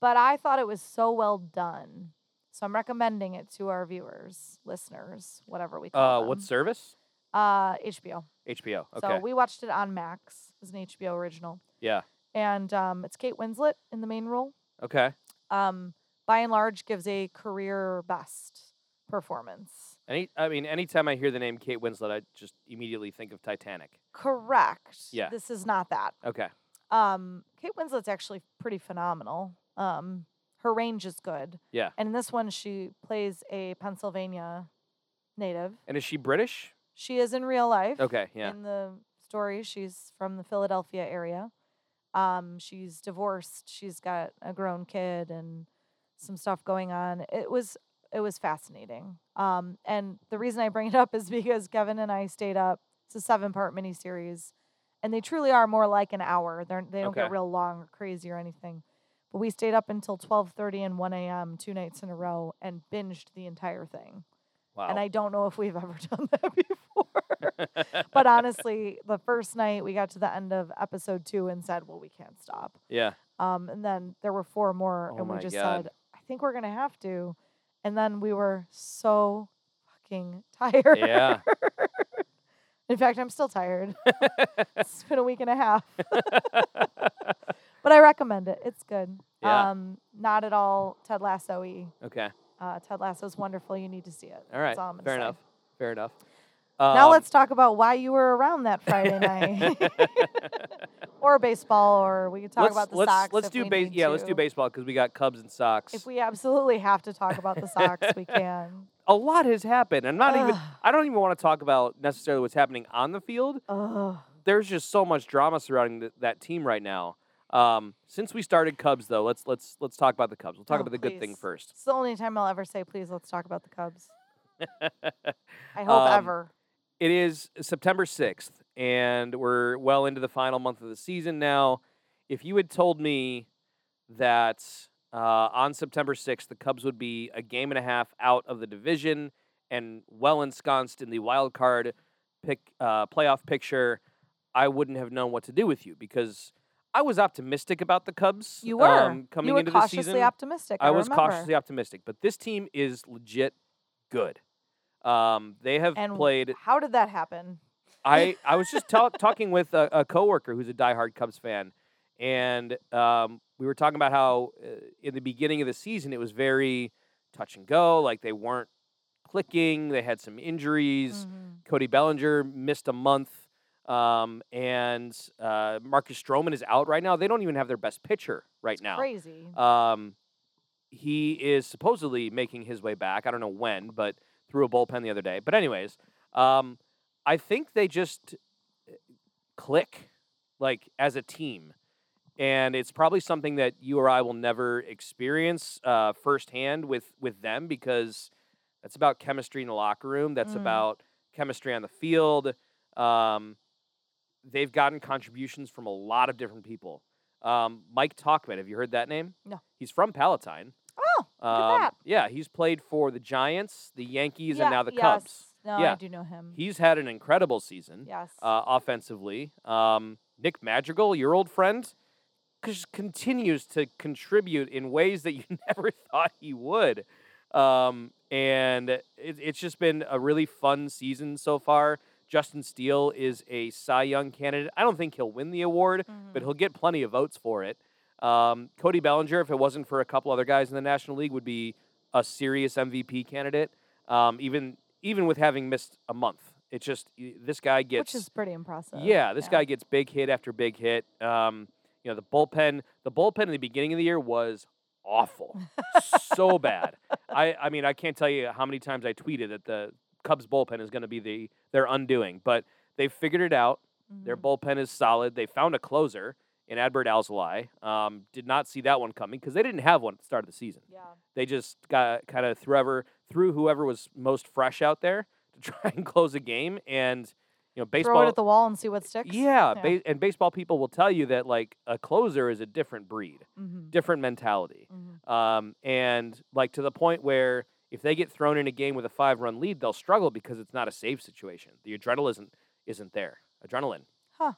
But I thought it was so well done. So I'm recommending it to our viewers, listeners, whatever we call Uh, them. what service? uh HBO. HBO. Okay. Um So we watched it on Max. It was an HBO original. yeah. and um, it's Kate Winslet in the main role. Okay. Um, by and large, gives a career best performance. Any, I mean, anytime I hear the name Kate Winslet, I just immediately think of Titanic. Correct. Yeah. This is not that. Okay. Um, Kate Winslet's actually pretty phenomenal. Um, her range is good. Yeah. And in this one, she plays a Pennsylvania native. And is she British? She is in real life. Okay. Yeah. in the story. She's from the Philadelphia area. Um, she's divorced. She's got a grown kid and some stuff going on. It was it was fascinating. Um, and the reason I bring it up is because Kevin and I stayed up. It's a seven part miniseries, and they truly are more like an hour. They're they don't Okay. get real long or crazy or anything. But we stayed up until twelve thirty and one a.m. two nights in a row and binged the entire thing. Wow. And I don't know if we've ever done that before. but honestly, the first night we got to the end of episode two and said, "Well, we can't stop." yeah. Um, and then there were four more, Oh and we my just God. said, "I think we're gonna have to." And then we were so fucking tired. Yeah. In fact, I'm still tired. it's been a week and a half. but I recommend it. It's good. Yeah. Um, not at all Ted Lasso-y. Okay. Uh, Ted Lasso's wonderful. You need to see it. All right. That's all I'm gonna Fair say. enough. Fair enough. now Um, let's talk about why you were around that Friday night, or baseball, or we could talk let's, about the let's, Sox. Let's if do we base. need Yeah, let's do to. baseball because we got Cubs and Sox. If we absolutely have to talk about the Sox, we can. a lot has happened. I'm not even. Ugh. I don't even want to talk about necessarily what's happening on the field. Ugh. There's just so much drama surrounding th- that team right now. Um, since we started Cubs, though, let's let's let's talk about the Cubs. We'll talk Oh, about the good thing please. first. It's the only time I'll ever say, "Please, let's talk about the Cubs." I hope Um, ever. It is September 6th, and we're well into the final month of the season now. If you had told me that uh, on September 6th, the Cubs would be a game and a half out of the division and well ensconced in the wild card pick, uh, playoff picture, I wouldn't have known what to do with you because I was optimistic about the Cubs You were um, coming you were into the cautiously season. optimistic. I, I was remember. cautiously optimistic, but this team is legit good. Um, they have And played How did that happen? I, I was just ta- talking with a, a coworker who's a diehard Cubs fan, and um, we were talking about how uh, in the beginning of the season it was very touch and go, like they weren't clicking. They had some injuries. Mhm. Cody Bellinger missed a month, um, and uh, Marcus Stroman is out right now. They don't even have their best pitcher right It's now. Crazy. Um, he is supposedly making his way back. I don't know when, but through a bullpen the other day. But anyways, um, I think they just uh, click like as a team, and it's probably something that you or I will never experience uh, firsthand with with them because That's about chemistry in the locker room. That's Mm. about chemistry on the field. Um, they've gotten contributions from a lot of different people. Um, Mike Talkman, have you heard that name? No. He's from Palatine. Um, Oh, at that. Yeah, he's played for the Giants, the Yankees, yeah, and now the yes. Cubs. No, Yeah. I do know him. He's had an incredible season yes. uh, offensively. Um, Nick Madrigal, your old friend, just continues to contribute in ways that you never thought he would. Um, and it, it's just been a really fun season so far. Justin Steele is a Cy Young candidate. I don't think he'll win the award, but Mhm. he'll get plenty of votes for it. Um, Cody Bellinger, if it wasn't for a couple other guys in the National League, would be a serious MVP candidate. Um, even even with having missed a month, it's just y- this guy gets Which is pretty impressive. yeah, this guy gets big hit after big hit. Um, you know, the bullpen, the bullpen in the beginning of the year was awful, so bad. I, I mean, I can't tell you how many times I tweeted that the Cubs bullpen is going to be the their undoing, but they figured it out. Their Mhm. bullpen is solid. They found a closer in Adbert Alzolay. Um, did not see that one coming because they didn't have one at the start of the season. Yeah. They just got kind of whoever threw whoever was most fresh out there to try and close a game. And you know, baseball Throw it at the wall and see what sticks. yeah, Yeah. Ba- and baseball people will tell you that like a closer is a different breed, Mm-hmm. different mentality, hmm um, and like to the point where if they get thrown in a game with a five-run lead, they'll struggle because it's not a save situation. The adrenaline isn't, isn't there. Adrenaline. Huh.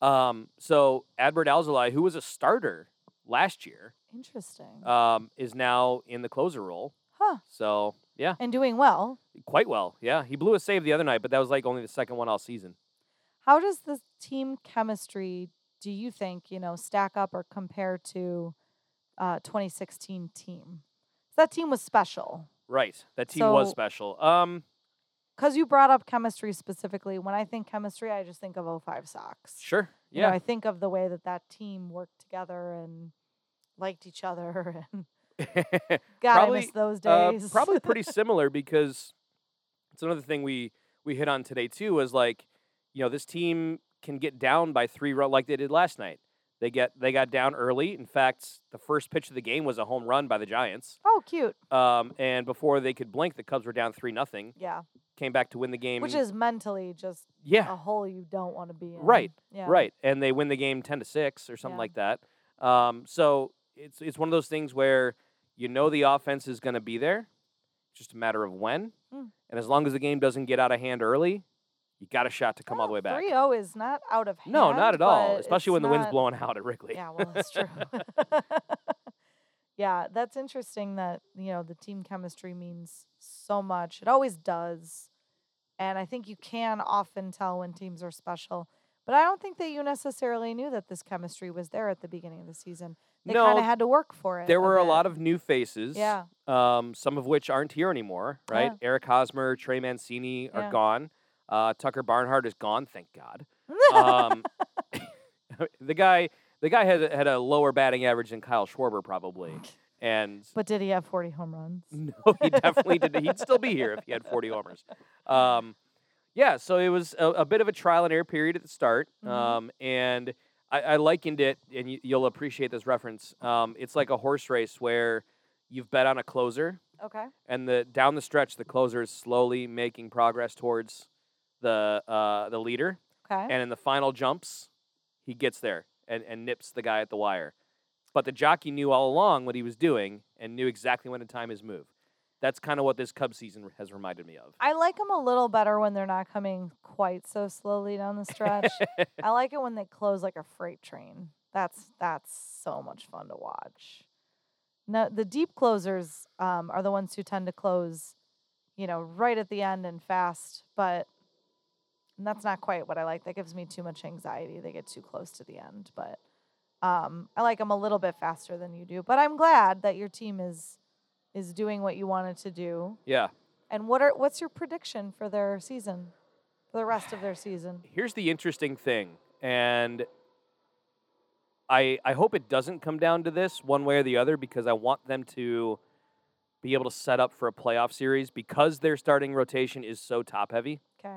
Um, so Adbert Alzolay, who was a starter last year, Interesting. um, is now in the closer role. huh. So yeah, And doing well. quite well. Yeah, he blew a save the other night, but that was like only the second one all season. How does the team chemistry, do you think, you know, stack up or compare to uh, 2016 team? That team was special Right. That team was So- special. Um. because you brought up chemistry specifically. When I think chemistry, I just think of 05 Sox. Sure. You Yeah. know, I think of the way that that team worked together and liked each other. And God, I miss Probably, those Uh, days. probably pretty similar because it's another thing we we hit on today too is like, you know, this team can get down by three run like they did last night. They get they got down early. In fact, the first pitch of the game was a home run by the Giants. oh, cute. Um, and before they could blink, the Cubs were down three nothing. Yeah. Came back to win the game. Which is mentally just yeah. a hole you don't want to be in. Right, Yeah. Right, and they win the game ten to six or something Yeah. like that. Um, so it's it's one of those things where you know the offense is going to be there, it's just a matter of when. Mm. And as long as the game doesn't get out of hand early, you got a shot to come all the way back. 3 0 is not out of hand. no, not at all. but Especially it's when the wind's not- blowing out at Wrigley. Yeah, well, that's true. yeah, that's interesting that, you know, the team chemistry means so much. It always does. And I think you can often tell when teams are special. But I don't think that you necessarily knew that this chemistry was there at the beginning of the season. They kind no, of had to work for it. there were a lot of new faces. Yeah. um, some of which aren't here anymore, right? Eric Hosmer, Trey Mancini are Yeah. gone. Uh, Tucker Barnhart is gone, thank God. Um, the guy, the guy had a- had a lower batting average than Kyle Schwarber probably, and But did he have 40 home runs? no, he definitely did. He'd still be here if he had 40 homers. Um, yeah, so it was a, a bit of a trial and error period at the start, Mhm. um, and I, I likened it, and you, you'll appreciate this reference. Um, it's like a horse race where you've bet on a closer Okay. and the down the stretch, the closer is slowly making progress towards the uh, the leader, Okay. and in the final jumps, he gets there and, and nips the guy at the wire. But the jockey knew all along what he was doing and knew exactly when to time his move. That's kind of what this Cub season has reminded me of. I like them a little better when they're not coming quite so slowly down the stretch. I like it when they close like a freight train. That's that's so much fun to watch. No, the deep closers um, are the ones who tend to close, you know, right at the end and fast. But that's not quite what I like. That gives me too much anxiety. They get too close to the end. But um, I like them a little bit faster than you do. But I'm glad that your team is is doing what you wanted to do. Yeah. And what are what's your prediction for their season? For the rest of their season? Here's the interesting thing, and I I hope it doesn't come down to this one way or the other because I want them to be able to set up for a playoff series because their starting rotation is so top heavy. Okay.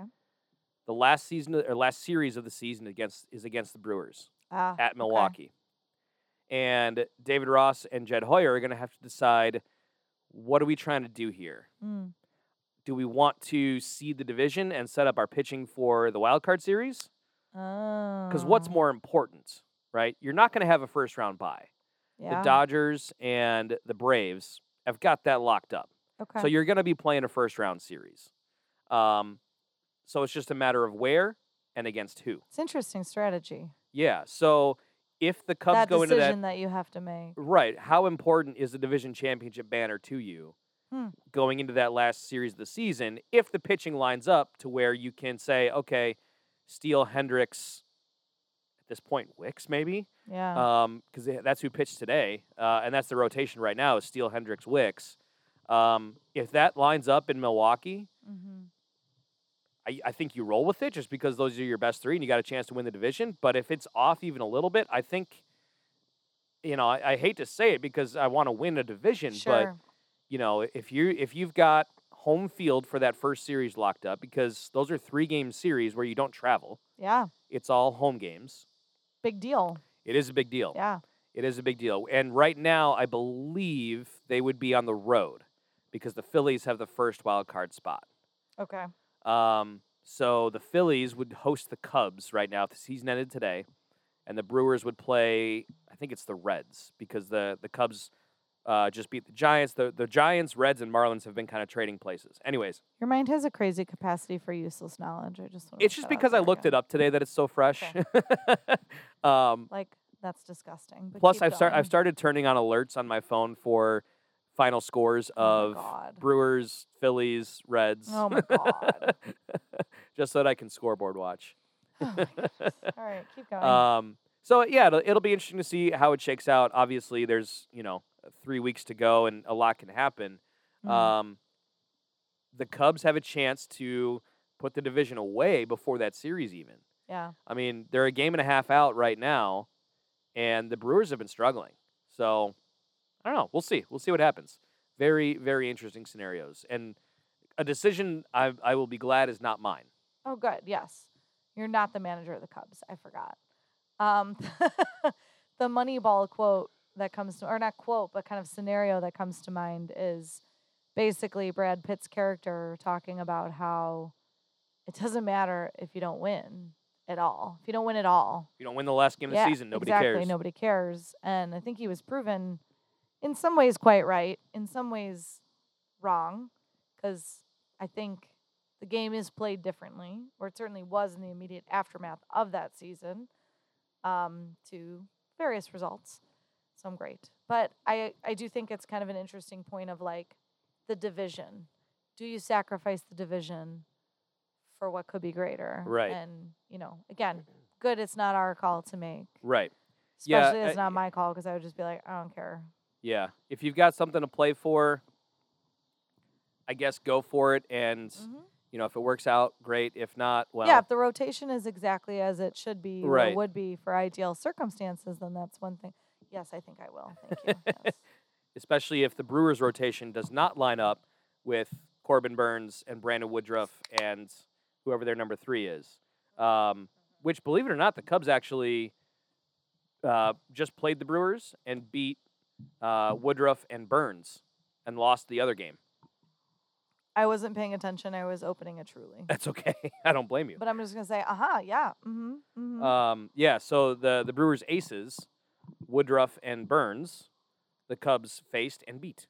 The last season or last series of the season against is against the Brewers Ah, at Milwaukee. And David Ross and Jed Hoyer are going to have to decide what are we trying to do here? Mm. Do we want to seed the division and set up our pitching for the wild card series? Because what's Oh, more important, right? You're not going to have a first round bye. yeah. The Dodgers and the Braves have got that locked up. Okay. So you're going to be playing a first round series. Um, so it's just a matter of where and against who. it's interesting strategy. Yeah. So if the Cubs that go into decision that that, you have to make. Right. How important is the division championship banner to you Hmm. going into that last series of the season if the pitching lines up to where you can say, okay, Steele, Hendricks, at this point, Wicks maybe? Yeah. Um, 'cause because that's who pitched today, uh, and that's the rotation right now is Steele, Hendricks, Wicks. Um, if that lines up in Milwaukee, hmm I, I think you roll with it just because those are your best three and you got a chance to win the division. But if it's off even a little bit, I think, you know, I, I hate to say it because I want to win a division, but Sure. you know, if you if you've got home field for that first series locked up because those are three game series where you don't travel, yeah. it's all home games. Big deal. It is a big deal. Yeah. It is a big deal. And right now, I believe they would be on the road because the Phillies have the first wild card spot. Okay. Um, so the Phillies would host the Cubs right now if the season ended today, and the Brewers would play. I think it's the Reds because the the Cubs uh, just beat the Giants. The the Giants, Reds, and Marlins have been kind of trading places. Anyways, Your mind has a crazy capacity for useless knowledge. I just want it's just because I looked it up today that it's so fresh. um, Like that's disgusting. But plus, keep I've start I've going. started turning on alerts on my phone for final scores Oh of my God. Brewers, Phillies, Reds, Oh my god. just so that I can scoreboard watch. Oh my goodness. All right, keep going. Um, so yeah, it'll, it'll be interesting to see how it shakes out. Obviously, there's you know three weeks to go, and a lot can happen. Mhm. Um, the Cubs have a chance to put the division away before that series even. yeah. I mean, they're a game and a half out right now, and the Brewers have been struggling. So I don't know. We'll see. We'll see what happens. Very very interesting scenarios, and a decision I I will be glad is not mine. Oh, good. Yes. You're not the manager of the Cubs. I forgot. Um, the Moneyball quote that comes to, or not quote, but kind of scenario that comes to mind is basically Brad Pitt's character talking about how it doesn't matter if you don't win at all. If you don't win at all, If you don't win the last game of the season, nobody exactly. cares. Nobody cares. And I think he was proven in some ways quite right, in some ways wrong, because I think the game is played differently, or it certainly was in the immediate aftermath of that season um, to various results, some great. But I, I do think it's kind of an interesting point of like the division. Do you sacrifice the division for what could be greater? Right. And, you know, again, good, it's not our call to make. Right. Yeah, Especially as I- not my call because I would just be like, I don't care. Yeah. If you've got something to play for, I guess go for it. And, you know, if it works out, great. If not, well, Mm-hmm. yeah, if the rotation is exactly as it should be or Right. would be for ideal circumstances, then that's one thing. Yes, I think I will. Thank you. Yes. especially if the Brewers rotation does not line up with Corbin Burns and Brandon Woodruff and whoever their number three is. Um, which, believe it or not, the Cubs actually uh, just played the Brewers and beat uh, Woodruff and Burns and lost the other game. I wasn't paying attention. I was opening a truly. That's okay. I don't blame you. But I'm just going to say, aha, yeah. Mm-hmm, mm-hmm. Um, yeah, so the the Brewers aces, Woodruff and Burns, the Cubs faced and beat.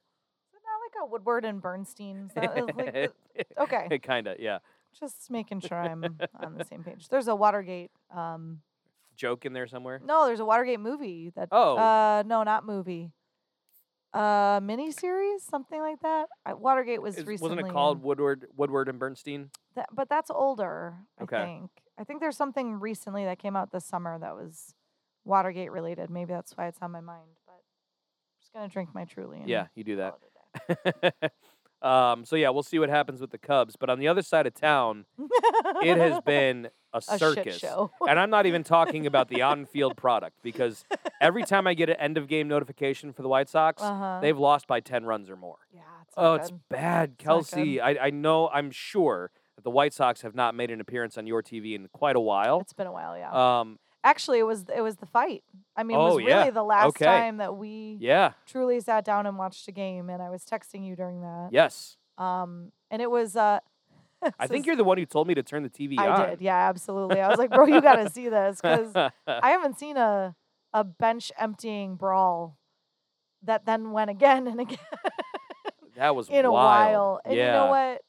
Isn't that like a Woodward and Bernstein? Is that- is like the- okay. Kinda, yeah. Just making sure I'm on the same page. There's a Watergate. Um, Joke in there somewhere. no, there's a Watergate movie that. Oh. Mm-hmm. Uh, no, not movie. Uh, miniseries, something like that. I, Watergate was Is- recently. wasn't it called in- Woodward Woodward and Bernstein? That, but that's older. Okay. I think. I think there's something recently that came out this summer that was Watergate related. Maybe that's why it's on my mind. But I'm just gonna drink my Truly. And Yeah, you do that. call it a day. um, so yeah, we'll see what happens with the Cubs. But on the other side of town, it has been a a circus. shit show. and I'm not even talking about the on-field product because every time I get an end-of-game notification for the White Sox, Uh-huh. they've lost by 10 runs or more. Yeah. It's not Oh, it's good. bad, not good. Kelsey. I, I know, I'm sure that the White Sox have not made an appearance on your TV in quite a while. It's been a while. Yeah. Um, Actually, it was it was the fight. I mean, it Oh, was yeah. really the last Okay. time that we Yeah. truly sat down and watched a game. And I was texting you during that. Yes. Um, and it was. Uh, I this think is- you're the one who told me to turn the TV on. I did. Yeah, absolutely. I was like, bro, you got to see this because I haven't seen a a bench emptying brawl that then went again and again that was in a wild. while. And yeah. you know what?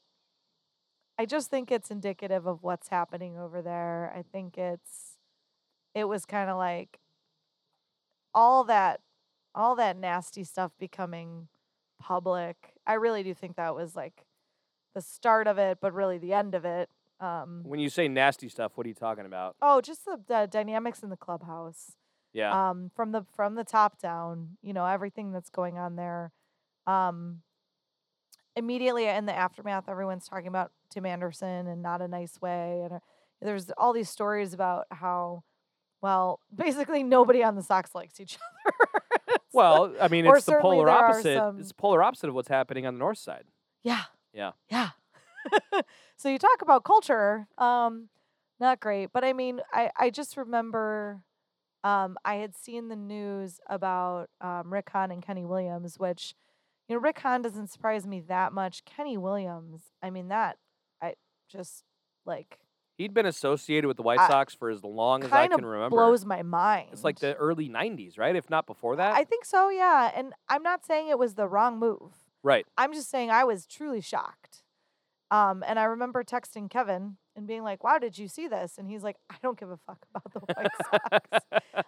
I just think it's indicative of what's happening over there. I think it's it was kind of like all that all that nasty stuff becoming public. I really do think that was like the start of it, but really the end of it. Um, When you say nasty stuff, what are you talking about? oh, just the, the dynamics in the clubhouse Yeah. um, from the from the top down. You know everything that's going on there. Um, immediately in the aftermath, everyone's talking about Tim Anderson and not a nice way, and uh, there's all these stories about how, well, basically nobody on the Sox likes each other. It's like- well, I mean, or it's the certainly polar there are opposite. some- It's the polar opposite of what's happening on the north side. yeah, Yeah. yeah. so you talk about culture, um, not great, but I mean, I I just remember. um, I had seen the news about um, Rick Hahn and Kenny Williams, which, you know, Rick Hahn doesn't surprise me that much. Kenny Williams, I mean, that, I just like He'd been associated with the White I- Sox for as long as I kind can of remember. blows my mind. it's like the early '90s, right? If not before that, I think so, yeah. And I'm not saying it was the wrong move. right? I'm just saying I was truly shocked. Um, and I remember texting Kevin and being like, wow, did you see this? And he's like, I don't give a fuck about the White Sox.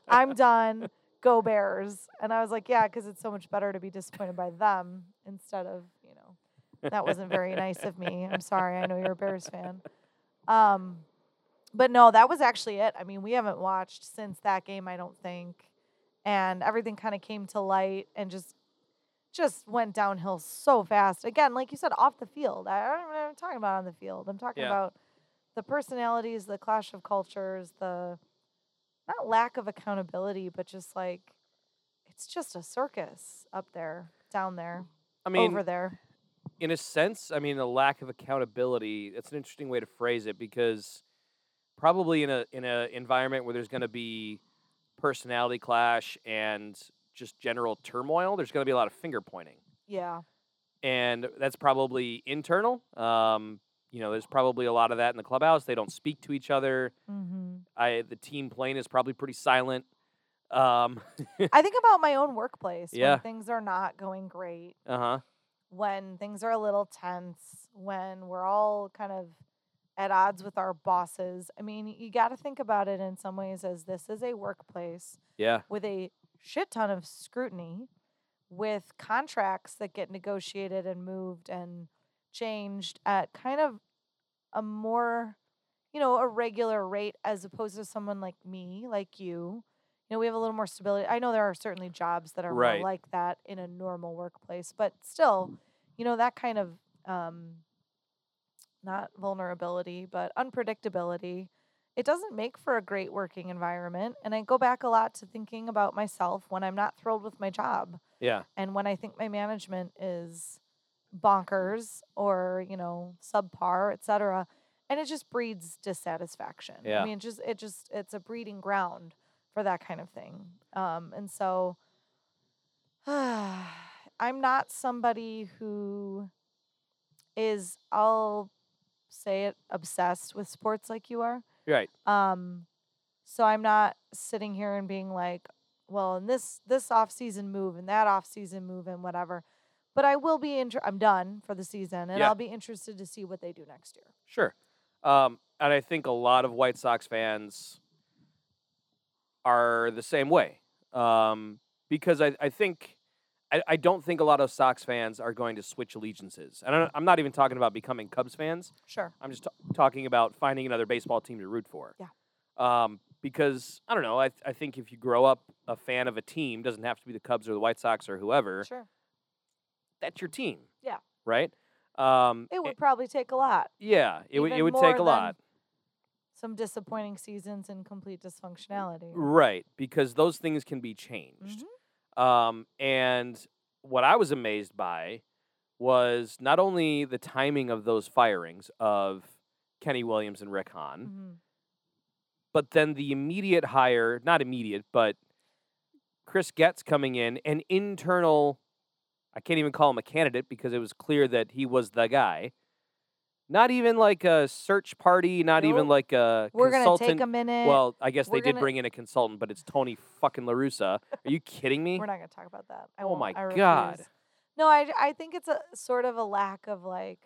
I'm done. Go Bears. And I was like, yeah, because it's so much better to be disappointed by them instead of, you know, that wasn't very nice of me. I'm sorry. I know you're a Bears fan. Um, but no, that was actually it. I mean, we haven't watched since that game, I don't think. And everything kind of came to light and just just went downhill so fast. Again, like you said, off the field. I don't know what I'm talking about on the field. I'm talking Yeah. about the personalities, the clash of cultures, the not lack of accountability, but just like it's just a circus up there, down there, I mean, over there. in a sense, I mean, the lack of accountability. That's an interesting way to phrase it because probably in a in a environment where there's going to be personality clash and just general turmoil, there's going to be a lot of finger pointing, Yeah. and that's probably internal. Um, you know, there's probably a lot of that in the clubhouse. They don't speak to each other. hmm I the team plane is probably pretty silent. Um, I think about my own workplace Yeah. when things are not going great, uh huh. when things are a little tense, when we're all kind of at odds with our bosses. I mean, you got to think about it in some ways as this is a workplace Yeah. with a shit ton of scrutiny with contracts that get negotiated and moved and changed at kind of a more you know a regular rate as opposed to someone like me like you you know we have a little more stability i know there are certainly jobs that are more Right. like that in a normal workplace but still you know that kind of um not vulnerability but unpredictability it doesn't make for a great working environment. And I go back a lot to thinking about myself when I'm not thrilled with my job Yeah. and when I think my management is bonkers or, you know, subpar, et cetera. And it just breeds dissatisfaction. Yeah. I mean, it just, it just, it's a breeding ground for that kind of thing. Um, and so I'm not somebody who is, I'll say it, obsessed with sports like you are. You're right. Um, so I'm not sitting here and being like, well, and this this off season move and that off season move and whatever. But I will be inter- I'm done for the season, and Yeah. I'll be interested to see what they do next year. Sure. Um, and I think a lot of White Sox fans are the same way. Um, because I, I think, I, I don't think a lot of Sox fans are going to switch allegiances. And I- I'm not even talking about becoming Cubs fans. Sure. I'm just t- talking about finding another baseball team to root for. Yeah. Um, because, I don't know, I, I think if you grow up a fan of a team, doesn't have to be the Cubs or the White Sox or whoever, Sure. that's your team. Yeah. Right? Um, It a- would probably take a lot. yeah, it, would even it would more take a than- lot. Some disappointing seasons and complete dysfunctionality. Right, because those things can be changed. Mhm. Um, and what I was amazed by was not only the Mm-hmm. timing of those firings of Kenny Williams and Rick Hahn, Mhm. But then the immediate hire, not immediate, but Chris Getz coming in, an internal, I can't even call him a candidate because it was clear that he was the guy. Not even like a search party, not even Nope. like a We're gonna consultant. take a minute. well, I guess they We're did gonna- bring in a consultant, but it's Tony fucking LaRussa. Are you kidding me? We're not going to talk about that. I Oh won't. my I refuse. God. No, I I think it's a sort of a lack of like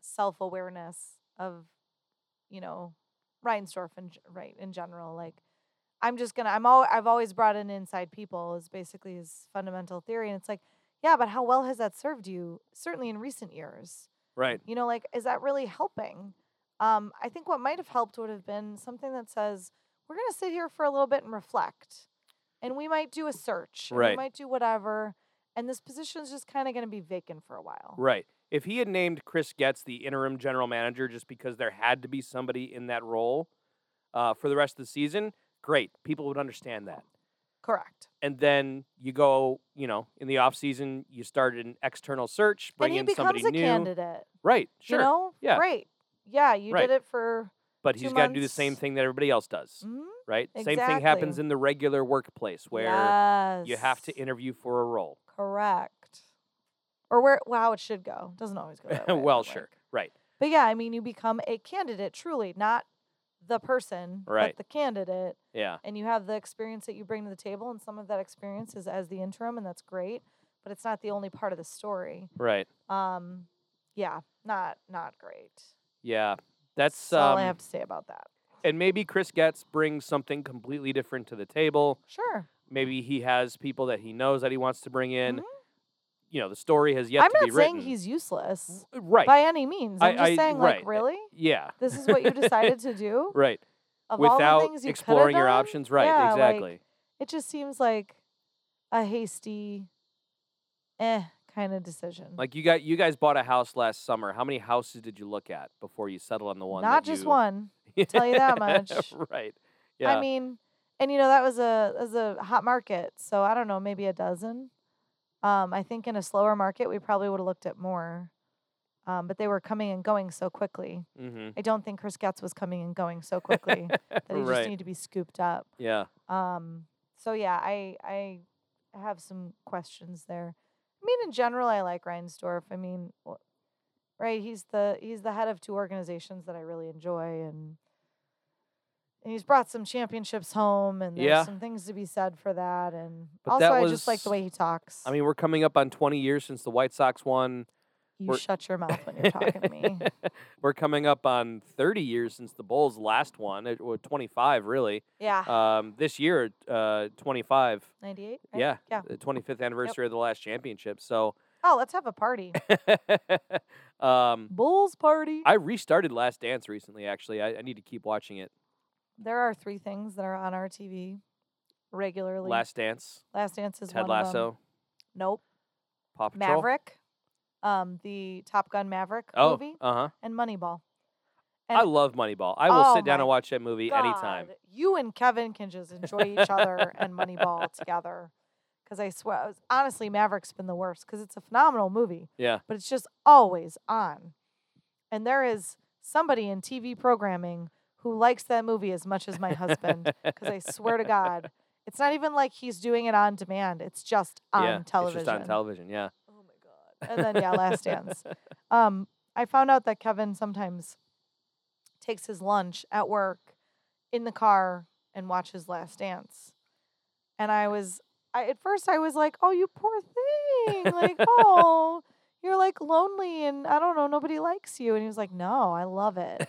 self awareness of, you know, Reinsdorf and right in general. Like, I'm just gonna. I'm all. I've always brought in inside people is basically his fundamental theory, and it's like, yeah, but how well has that served you? Certainly in recent years. Right. You know, like, is that really helping? Um, I think what might have helped would have been something that says, we're going to sit here for a little bit and reflect. And we might do a search. and Right. We might do whatever. And this position's just kind of going to be vacant for a while. Right. If he had named Chris Getz the interim general manager just because there had to be somebody in that role uh, for the rest of the season, great. People would understand that. Correct. And then you go, you know, in the off season, you start an external search, bring and he in becomes somebody a new. candidate. Right. Sure. You know? Yeah. Great. Yeah, you Right. did it for. but two he's got to do the months. same thing that everybody else does, Mm, right? Same thing happens Exactly. in the regular workplace where yes. you have to interview for a role. Correct. Or where, well, how it should go. Doesn't always go that way. well, but, sure. like, Right. But yeah, I mean, you become a candidate truly, not the person, Right. but the candidate. Yeah. And you have the experience that you bring to the table, and some of that experience is as the interim, and that's great. But it's not the only part of the story. Right. Um, yeah, not not great. Yeah. That's That's all I um, have to say about that. and maybe Chris Getz brings something completely different to the table. Sure, Maybe he has people that he knows that he wants to bring in. Mhm. You know, the story has yet I'm to not be saying written. he's useless R- right. by any means. I- I'm just I- saying, right. like, really, yeah. this is what you decided to do. Right. Of all the Without things you coulda exploring your done? options. Right. Yeah, like, exactly. it just seems like a hasty, eh, kind of decision. Like you got you guys bought a house last summer. How many houses did you look at before you settled on the one? not that just you- one. tell you that much. right. Yeah. I mean, and you know that was a that was a hot market, so I don't know, maybe a dozen. Um, I think in a slower market, we probably would have looked at more, um, but they were coming and going so quickly. hmm I don't think Chris Getz was coming and going so quickly that he Right. just needed to be scooped up. Yeah. Um, so yeah, I I have some questions there. I mean, in general, I like Reinsdorf. I mean, wh- right? He's the he's the head of two organizations that I really enjoy, and and he's brought some championships home, and there's Yeah. some things to be said for that. And But also, that I just like the was- way he talks. I mean, we're coming up on 20 years since the White Sox won. you we're- shut your mouth when you're talking to me. we're coming up on 30 years since the Bulls last won. It, or 25, really. Yeah, Um, this year, uh, 25. ninety-eight. Yeah. yeah. The 25th anniversary of the last championship. So, Oh, let's have a party, um, Bulls party. I restarted Last Dance recently, actually. I, I need to keep watching it. there are three things that are on our TV regularly. Last Dance, Last Dance is Ted one of them. Lasso, Nope. Paw Patrol. Maverick, um, the Top Gun Maverick Oh, movie, uh huh. and Moneyball. I and- love Moneyball. I will Oh sit down my and watch that movie anytime. God, You and Kevin can just enjoy each other and Moneyball together. Because I swear, I was- honestly, Maverick's been the worst because it's a phenomenal movie, Yeah. but it's just always on. And there is somebody in TV programming who likes that movie as much as my husband. Because I swear to God, it's not even like he's doing it on demand, it's just on yeah, television. It's just on television. Yeah. Oh my god. And then yeah, last dance. Um, I found out that Kevin sometimes takes his lunch at work in the car and watches Last Dance. And I was I at first I was like, "Oh, you poor thing." Like, "Oh, you're like lonely and I don't know, nobody likes you." And he was like, "No, I love it."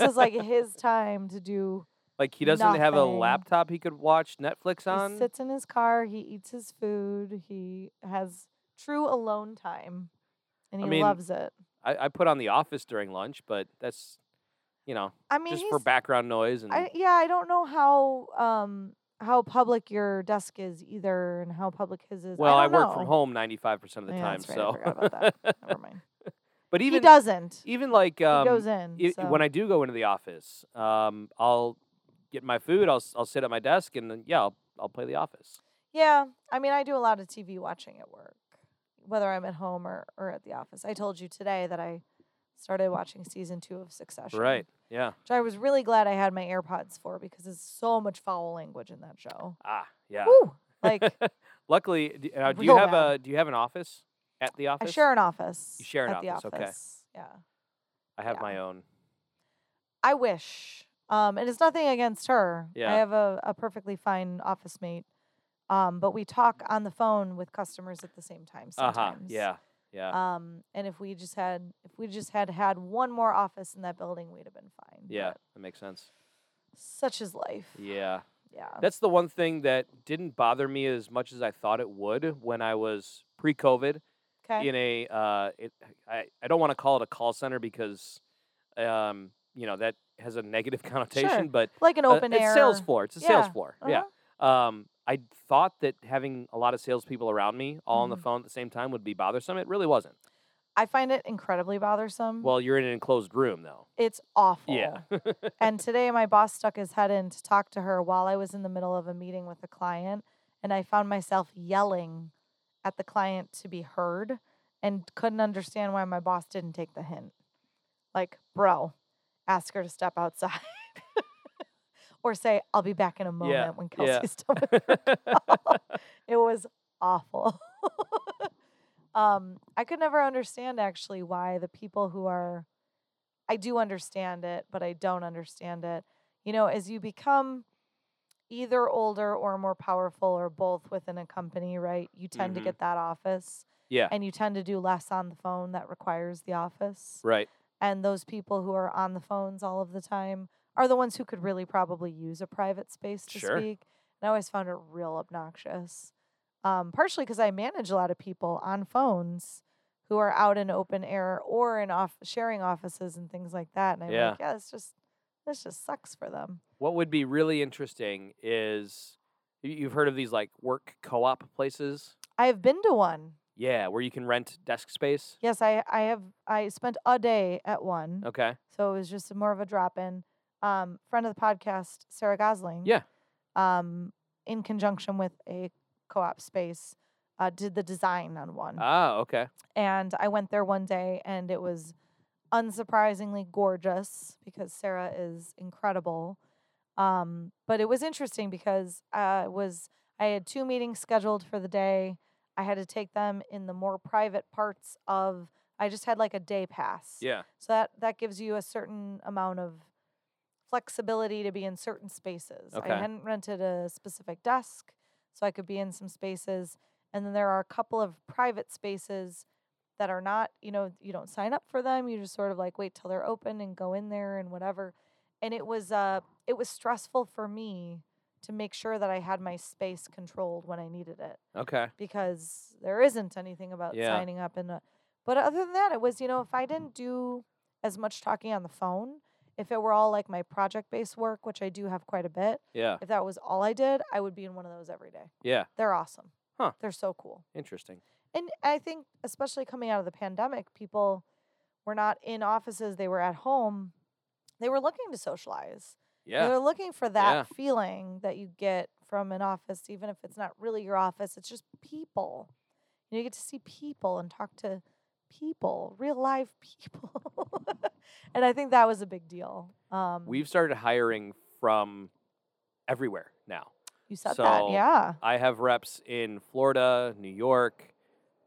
is like his time to do. Like he doesn't have a Nothing. laptop he could watch Netflix He on. sits in his car, he eats his food, he has true alone time. And I he mean, loves it. I, I put on The Office during lunch, but that's you know I mean, just he's for background noise and I, yeah, I don't know how um how public your desk is either, and how public his is. well, I, I, don't work from know. home ninety five percent of the Yeah, time. that's right, I So, forgot about that. Never mind. but he even doesn't. even like um, he goes in. i- so. when I do go into the office, um, I'll get my food. I'll s- I'll sit at my desk and then, yeah, I'll, I'll play The Office. yeah, I mean, I do a lot of TV watching at work, whether I'm at home or or at the office. I told you today that I started watching season two of Succession. Right. Yeah. Which I was really glad I had my AirPods for because there's so much foul language in that show. Ah. Yeah. Woo! Like Luckily, d- now, do you Real have bad. a do you have an office at the I office? share an office. You share an at the office, okay. Yeah. I have yeah. my own. I wish. Um, and it's nothing against her. Yeah. I have a, a perfectly fine office mate. Um, but we talk on the phone with customers at the same time Uh sometimes. huh. Yeah. Yeah. Um, and if we just had if we just had had one more office in that building, we'd have been fine. yeah. but That makes sense. Such is life. Yeah. Yeah. That's the one thing that didn't bother me as much as I thought it would when I was pre-COVID Okay. in a. Uh, it, I I don't want to call it a call center because, um, you know that has a negative connotation, but Like an uh, open air. it's sales floor. It's a sales Yeah. floor. Uh-huh. Yeah. Um, I thought that having a lot of salespeople around me all on the Mhm. phone at the same time would be bothersome. It really wasn't. Mm-hmm. I find it incredibly bothersome. Well, you're in an enclosed room though. it's awful. Yeah. and today my boss stuck his head in to talk to her while I was in the middle of a meeting with a client and I found myself yelling at the client to be heard and couldn't understand why my boss didn't take the hint. Like, bro, ask her to step outside. or say, I'll be back in a moment when yeah. Kelsey's done with it was awful. um, I could never understand actually why the people who are, I do understand it, but I don't understand it. You know, as you become either older or more powerful or both within a company, right? You tend Mhm. to get that office yeah. and you tend to do less on the phone that requires the office. Right. And those people who are on the phones all of the time are the ones who could really probably use a private space to Sure. speak. And I always found it real obnoxious. Um, partially because I manage a lot of people on phones who are out in open air or in off sharing offices and things like that. And I'm Yeah. like, yeah, it's just this just sucks for them. What would be really interesting is y- you've heard of these like work co-op places. I have been to one. Yeah, where you can rent desk space. Yes, I, I have I spent a day at one. Okay. So it was just more of a drop in. Um, friend of the podcast, Sarah Gosling. Yeah. Um, in conjunction with a co op space, uh, did the design on one. Ah, okay. and I went there one day and it was unsurprisingly gorgeous because Sarah is incredible. Um, but it was interesting because uh, it was I had two meetings scheduled for the day. I had to take them in the more private parts of I just had like a day pass. Yeah. So that that gives you a certain amount of flexibility to be in certain spaces. Okay. I hadn't rented a specific desk, so I could be in some spaces. And then there are a couple of private spaces that are not, you know, you don't sign up for them. You just sort of like wait till they're open and go in there and whatever. And it was uh it was stressful for me to make sure that I had my space controlled when I needed it Okay. because there isn't anything about Yeah. signing up and uh, but other than that it was you know if i didn't do as much talking on the phone if it were all like my project based work which i do have quite a bit Yeah. if that was all i did i would be in one of those every day Yeah. they're awesome Huh. they're so cool Interesting. and i think especially coming out of the pandemic people were not in offices they were at home they were looking to socialize Yeah. they're looking for that Yeah. feeling that you get from an office, even if it's not really your office. It's just people. You, know, you get to see people and talk to people, real live people. and I think that was a big deal. Um, We've started hiring from everywhere now. you said that, so yeah. I have reps in Florida, New York,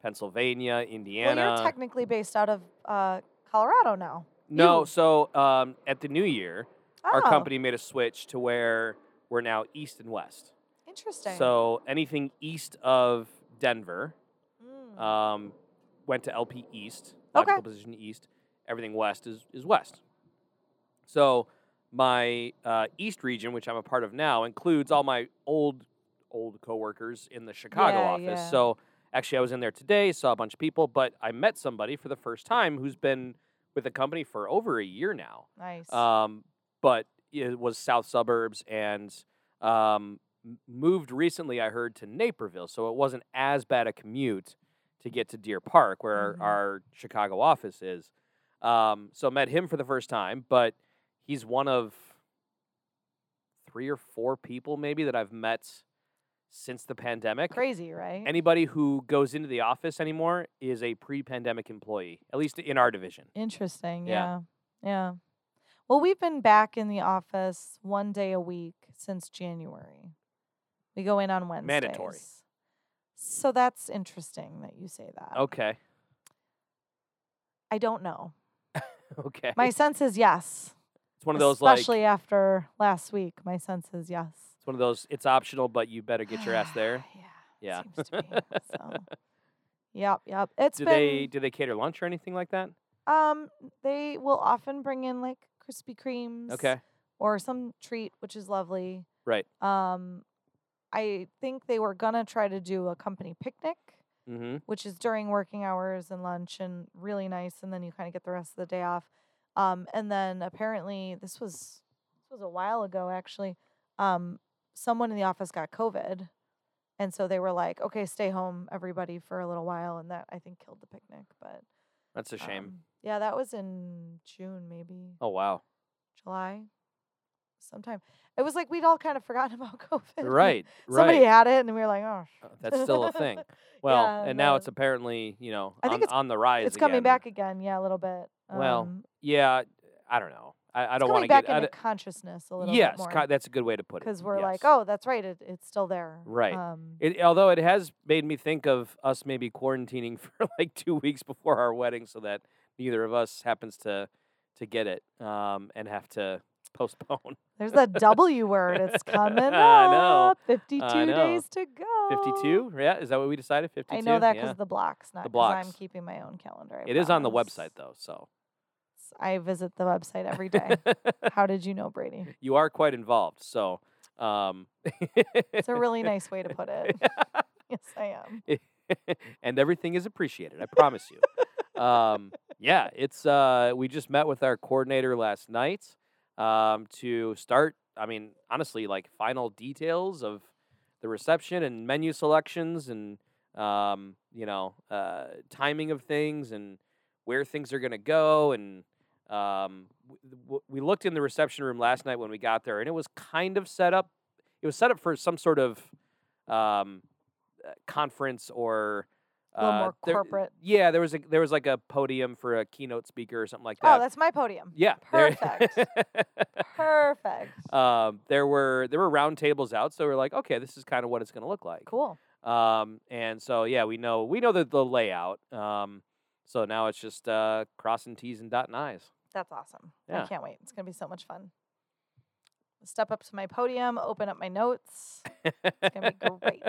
Pennsylvania, Indiana. well, you're technically based out of uh, Colorado now. no, you- so um, at the new year, our Oh, company made a switch to where we're now east and west. Oh, Interesting. So anything east of Denver Mm. um, went to LP East, Okay. logical position east. Everything west is, is west. So my uh, east region, which I'm a part of now, includes all my old old coworkers in the Chicago Yeah, office. yeah. So actually, I was in there today, saw a bunch of people, but I met somebody for the first time who's been with the company for over a year now. nice. Um, but it was south suburbs and um, m- moved recently, I heard, to Naperville. So it wasn't as bad a commute to get to Deer Park, where Mhm. our, our Chicago office is. Um, so met him for the first time, but he's one of three or four people maybe that I've met since the pandemic. Crazy, right? Anybody who goes into the office anymore is a pre-pandemic employee, at least in our division. Interesting. Yeah. Yeah. Yeah. Well, we've been back in the office one day a week since January. We go in on Wednesdays. Mandatory. So that's interesting that you say that. Okay. I don't know. Okay. My sense is yes. it's one of those like especially it's after last week. My sense is yes. one of those it's optional but you better get your ass there. yeah. Yeah. Seems to be, so. Yep, yep. It's Do been they do they cater lunch or anything like that? um they will often bring in like Krispy Kremes. Okay. or some treat, which is lovely. Right. Um, I think they were gonna try to do a company picnic, Mhm. which is during working hours and lunch, and really nice. And then you kind of get the rest of the day off. Um, and then apparently this was this was a while ago actually. Um, someone in the office got COVID, and so they were like, "Okay, stay home, everybody, for a little while," and that I think killed the picnic. But That's a shame. um, yeah, that was in June, maybe. oh wow. July, sometime. It was like we'd all kind of forgotten about COVID. We- Right. Somebody right. had it, and we were like, oh, sh- Uh, That's still a thing. Well, Yeah, and now no. it's apparently, you know, I think on, on the rise. it's coming again. back again. Yeah, a little bit. Well, Um, Yeah, I don't know. I, I it's don't want to coming back get. I into d- consciousness a little yes, bit more. ki- that's a good way to put it. because we're like, yes. oh, that's right, it, it's still there. Right. Um, It, although it has made me think of us maybe quarantining for like two weeks before our wedding, so that neither of us happens to to get it um, and have to postpone. there's that W word. It's coming I know. up. Fifty-two know. days to go. Fifty-two, yeah, is that what we decided? Fifty-two. Oh. I know that because yeah. the blocks, not The 'cause I'm blocks. keeping my own calendar. I it is on the promise. website though, so I visit the website every day. How did you know, Brady? you are quite involved. So, um, It's a really nice way to put it. yes, I am. and everything is appreciated. I promise you. um, yeah, it's uh, we just met with our coordinator last night um, to start. I mean, honestly, like final details of the reception and menu selections and um, you know uh, timing of things and where things are going to go and. Um, w- w- we looked in the reception room last night when we got there, and it was kind of set up. It was set up for some sort of um, uh, conference or A little uh, more there- corporate. yeah, there was a there was like a podium for a keynote speaker or something like that. Oh, that's my podium. yeah, there- Perfect. um, there were there were round tables out, so we're like, okay, this is kind of what it's going to look like. Cool. Um, and so yeah, we know we know the the layout. Um, so now it's just uh, crossing T's and dotting I's. That's awesome. Yeah. I can't wait. It's going to be so much fun. Step up to my podium, open up my notes. It's going to be great.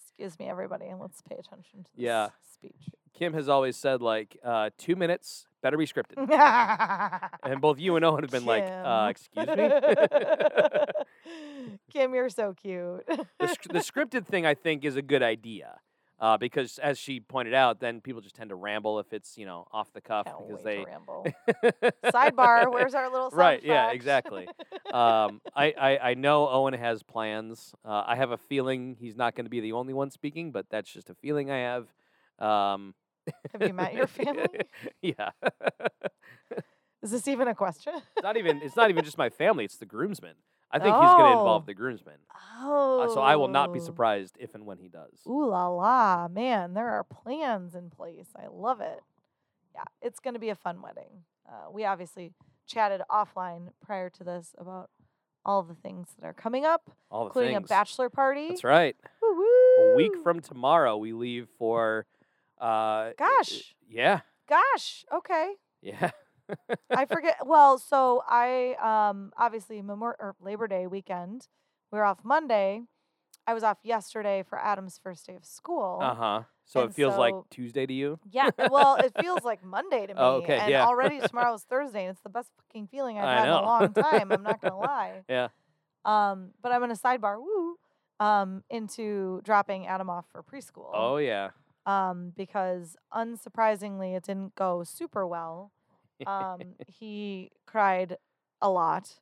Excuse me, everybody, and let's pay attention to this Yeah. speech. Kim has always said like uh, two minutes better be scripted, Mm. and both you and Owen have been like, uh, excuse me. me? Kim, you're so cute. the, sc- the scripted thing I think is a good idea uh, because, as she pointed out, then people just tend to ramble if it's you know off the cuff Can't because wait to they ramble. Sidebar, where's our little Right, yeah, sound exactly. effect? um, I, I I know Owen has plans. Uh, I have a feeling he's not going to be the only one speaking, but that's just a feeling I have. Um, Have you met your family? yeah, Is this even a question? it's not even it's not even just my family; it's the groomsmen. I think he's going to involve Oh. the groomsmen, Oh. uh, so I will not be surprised if and when he does. Ooh la la, man, there are plans in place. I love it. Yeah, it's going to be a fun wedding. Uh, we obviously chatted offline prior to this about all the things that are coming up, All the including things. a bachelor party. That's right. Woo-woo. a week from tomorrow we leave for uh Gosh, yeah gosh. Okay. yeah I forget. Well, so I um obviously Memor- or Labor Day weekend. We were off Monday. I was off yesterday for Adam's first day of school. uh-huh so it And feels like so- tuesday to you Yeah. uh, Well, it feels like Monday to me. Oh, okay, And yeah. already tomorrow's Thursday, and it's the best fucking feeling I've I had in know. a long time. I'm not gonna lie. Yeah. Um, but I'm gonna sidebar woo um into dropping Adam off for preschool. oh yeah um, because unsurprisingly, it didn't go super well. Um, he cried a lot,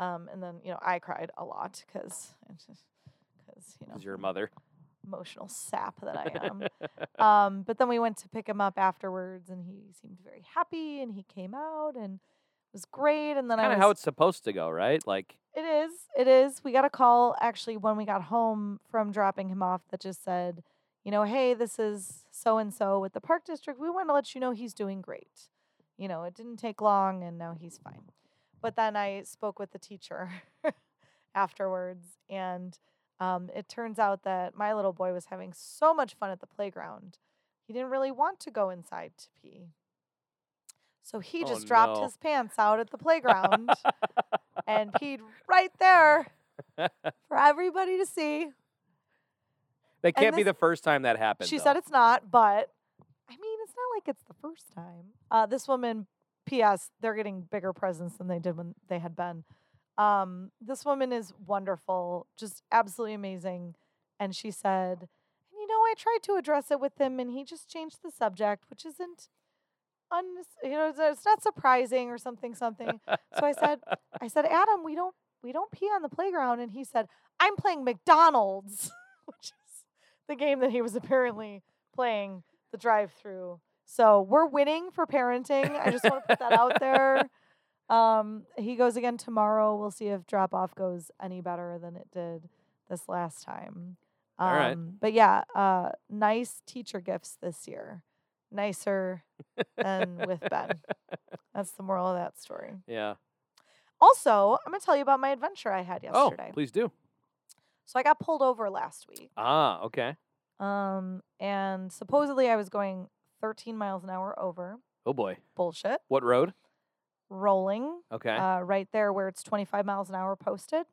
um, and then you know I cried a lot because because you know is your I'm an mother emotional sap that I am. um, but then we went to pick him up afterwards, and he seemed very happy, and he came out, and was great. And then I Kind was of how it's supposed to go, right? Like, It is. It is. We got a call actually when we got home from dropping him off that just said, you know, hey, this is so and so with the park district. We want to let you know he's doing great. You know, it didn't take long and now he's fine. But then I spoke with the teacher afterwards and um, it turns out that my little boy was having so much fun at the playground. He didn't really want to go inside to pee. So he Oh, just dropped no. his pants out at the playground and peed right there for everybody to see. that can't be this- the first time that happened. She though. said it's not, but I mean, it's not like it's the first time. Uh, this woman, P.S., they're getting bigger presents than they did when they had been. Um, this woman is wonderful, just absolutely amazing. And she said, and you know, I tried to address it with him, and he just changed the subject, which isn't. Un- you know, it's- it's not surprising or something, something. So I said, I said, Adam, we don't we don't pee on the playground, and he said, I'm playing McDonald's, which is the game that he was apparently playing the drive-through. So we're winning for parenting. I just want to put that out there. Um, he goes again tomorrow. We'll see if drop off goes any better than it did this last time. Um, All right. But yeah, uh, nice teacher gifts this year. Nicer than with Ben. That's the moral of that story. Yeah. Also, I'm going to tell you about my adventure I had yesterday. Oh, please do. so I got pulled over last week. Ah, okay. Um, and supposedly I was going 13 miles an hour over. Oh boy. Bullshit. What road? Rolling Okay. uh, right there where it's 25 miles an hour posted.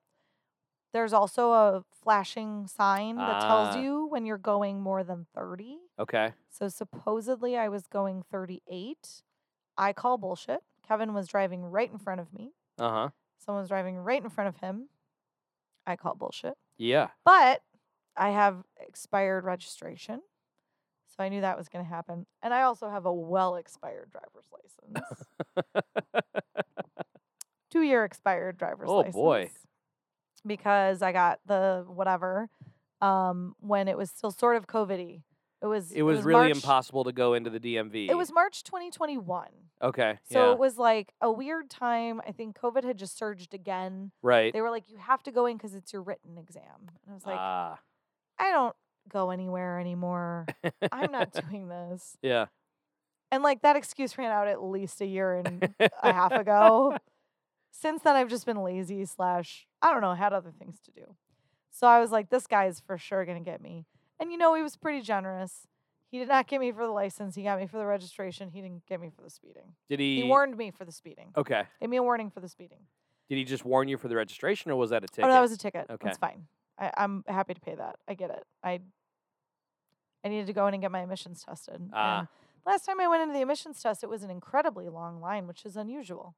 There's also a flashing sign that tells Ah. you when you're going more than 30. okay. So supposedly I was going 38. I call bullshit. Kevin was driving right in front of me. Uh huh. Someone's driving right in front of him. I call bullshit. Yeah. But I have expired registration. So I knew that was going to happen. And I also have a well expired driver's license. Two year expired driver's Oh, license. boy. Because I got the whatever um, when it was still sort of COVID y. It was, It was, really March- impossible to go into the DMV. It was March 2021. okay. So yeah. it was like a weird time. I think COVID had just surged again. right. They were like, you have to go in because it's your written exam. And I was like, ah. I don't go anywhere anymore. I'm not doing this. Yeah. And like that excuse ran out at least a year and a half ago. Since then, I've just been lazy, slash, I don't know, had other things to do. So I was like, this guy is for sure going to get me. And you know, he was pretty generous. He did not get me for the license. He got me for the registration. He didn't get me for the speeding. Did he? Oh. He warned me for the speeding. okay. Gave me a warning for the speeding. Did he just warn you for the registration, or was that a ticket? Oh, no, that was a ticket. Okay. That's fine. I, I'm happy to pay that. I get it. I I needed to go in and get my emissions tested. and Ah. last time I went into the emissions test, it was an incredibly long line, which is unusual.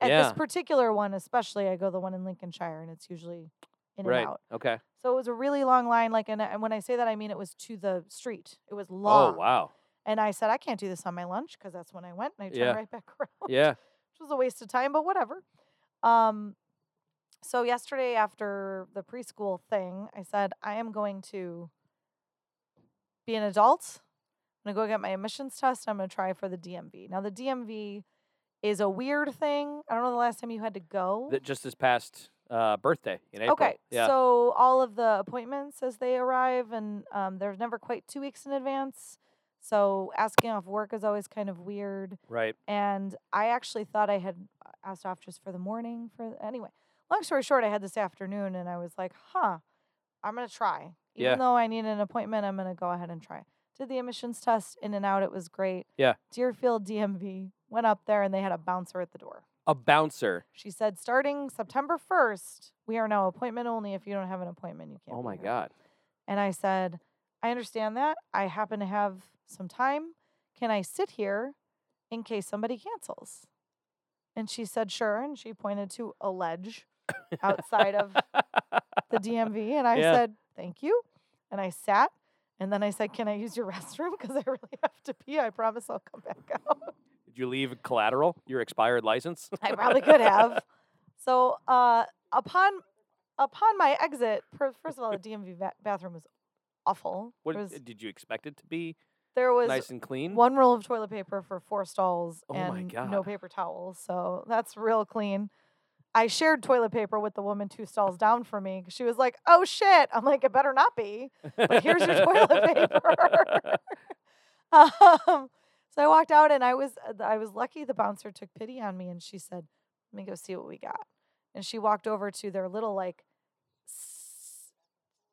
At Yeah. this particular one, especially, I go the one in Lincolnshire, and it's usually in right. and out. Okay. So it was a really long line. Like, and, and when I say that, I mean it was to the street. It was long. Oh wow. And I said I can't do this on my lunch because that's when I went, and I turned Yeah. right back around Yeah. which was a waste of time, but whatever. Um, so yesterday after the preschool thing, I said I am going to be an adult. I'm gonna go get my emissions test. I'm gonna try for the DMV. Now the DMV is a weird thing. I don't know the last time you had to go. That just this past uh, birthday in April. Okay, Yeah. so all of the appointments as they arrive, and um, they're never quite two weeks in advance. So asking off work is always kind of weird right. and I actually thought I had uh, asked off just for the morning. For anyway, long story short, I had this afternoon, and I was like, "Huh, I'm gonna try." Even Yeah. though I need an appointment, I'm gonna go ahead and try. Did the emissions test in and out? It was great. Yeah. Deerfield DMV went up there, and they had a bouncer at the door. A bouncer. She said, "Starting September 1st, we are now appointment only. If you don't have an appointment, you can't." Oh be my here." God. And I said, I understand that. I happen to have some time. Can I sit here in case somebody cancels? And she said, sure. And she pointed to a ledge outside of the DMV. And I Yeah. said, thank you. And I sat. And then I said, can I use your restroom? Because I really have to pee. I promise I'll come back out. Did you leave collateral? Your expired license? I probably could have. So uh, upon upon my exit, per- first of all, the DMV va- bathroom was awful. What It was- did you expect it to be? There was nice and clean. one roll of toilet paper for four stalls Mm. Oh my and no God. paper towels. So that's real clean. I shared toilet paper with the woman two stalls down from me. 'cause She was like, "Oh shit!" I'm like, "It better not be." But here's your toilet paper. um, so I walked out, and I was uh, I was lucky. The bouncer took pity on me, and she said, "Let me go see what we got." And she walked over to their little like, s-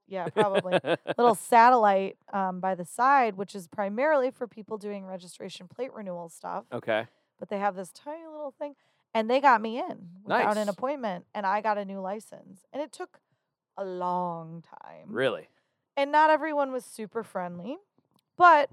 yeah, probably little satellite um, by the side, which is primarily for people doing registration plate renewal stuff. okay. But they have this tiny little thing, and they got me in Nice. without an appointment, and I got a new license, and it took a long time. Really? And not everyone was super friendly, but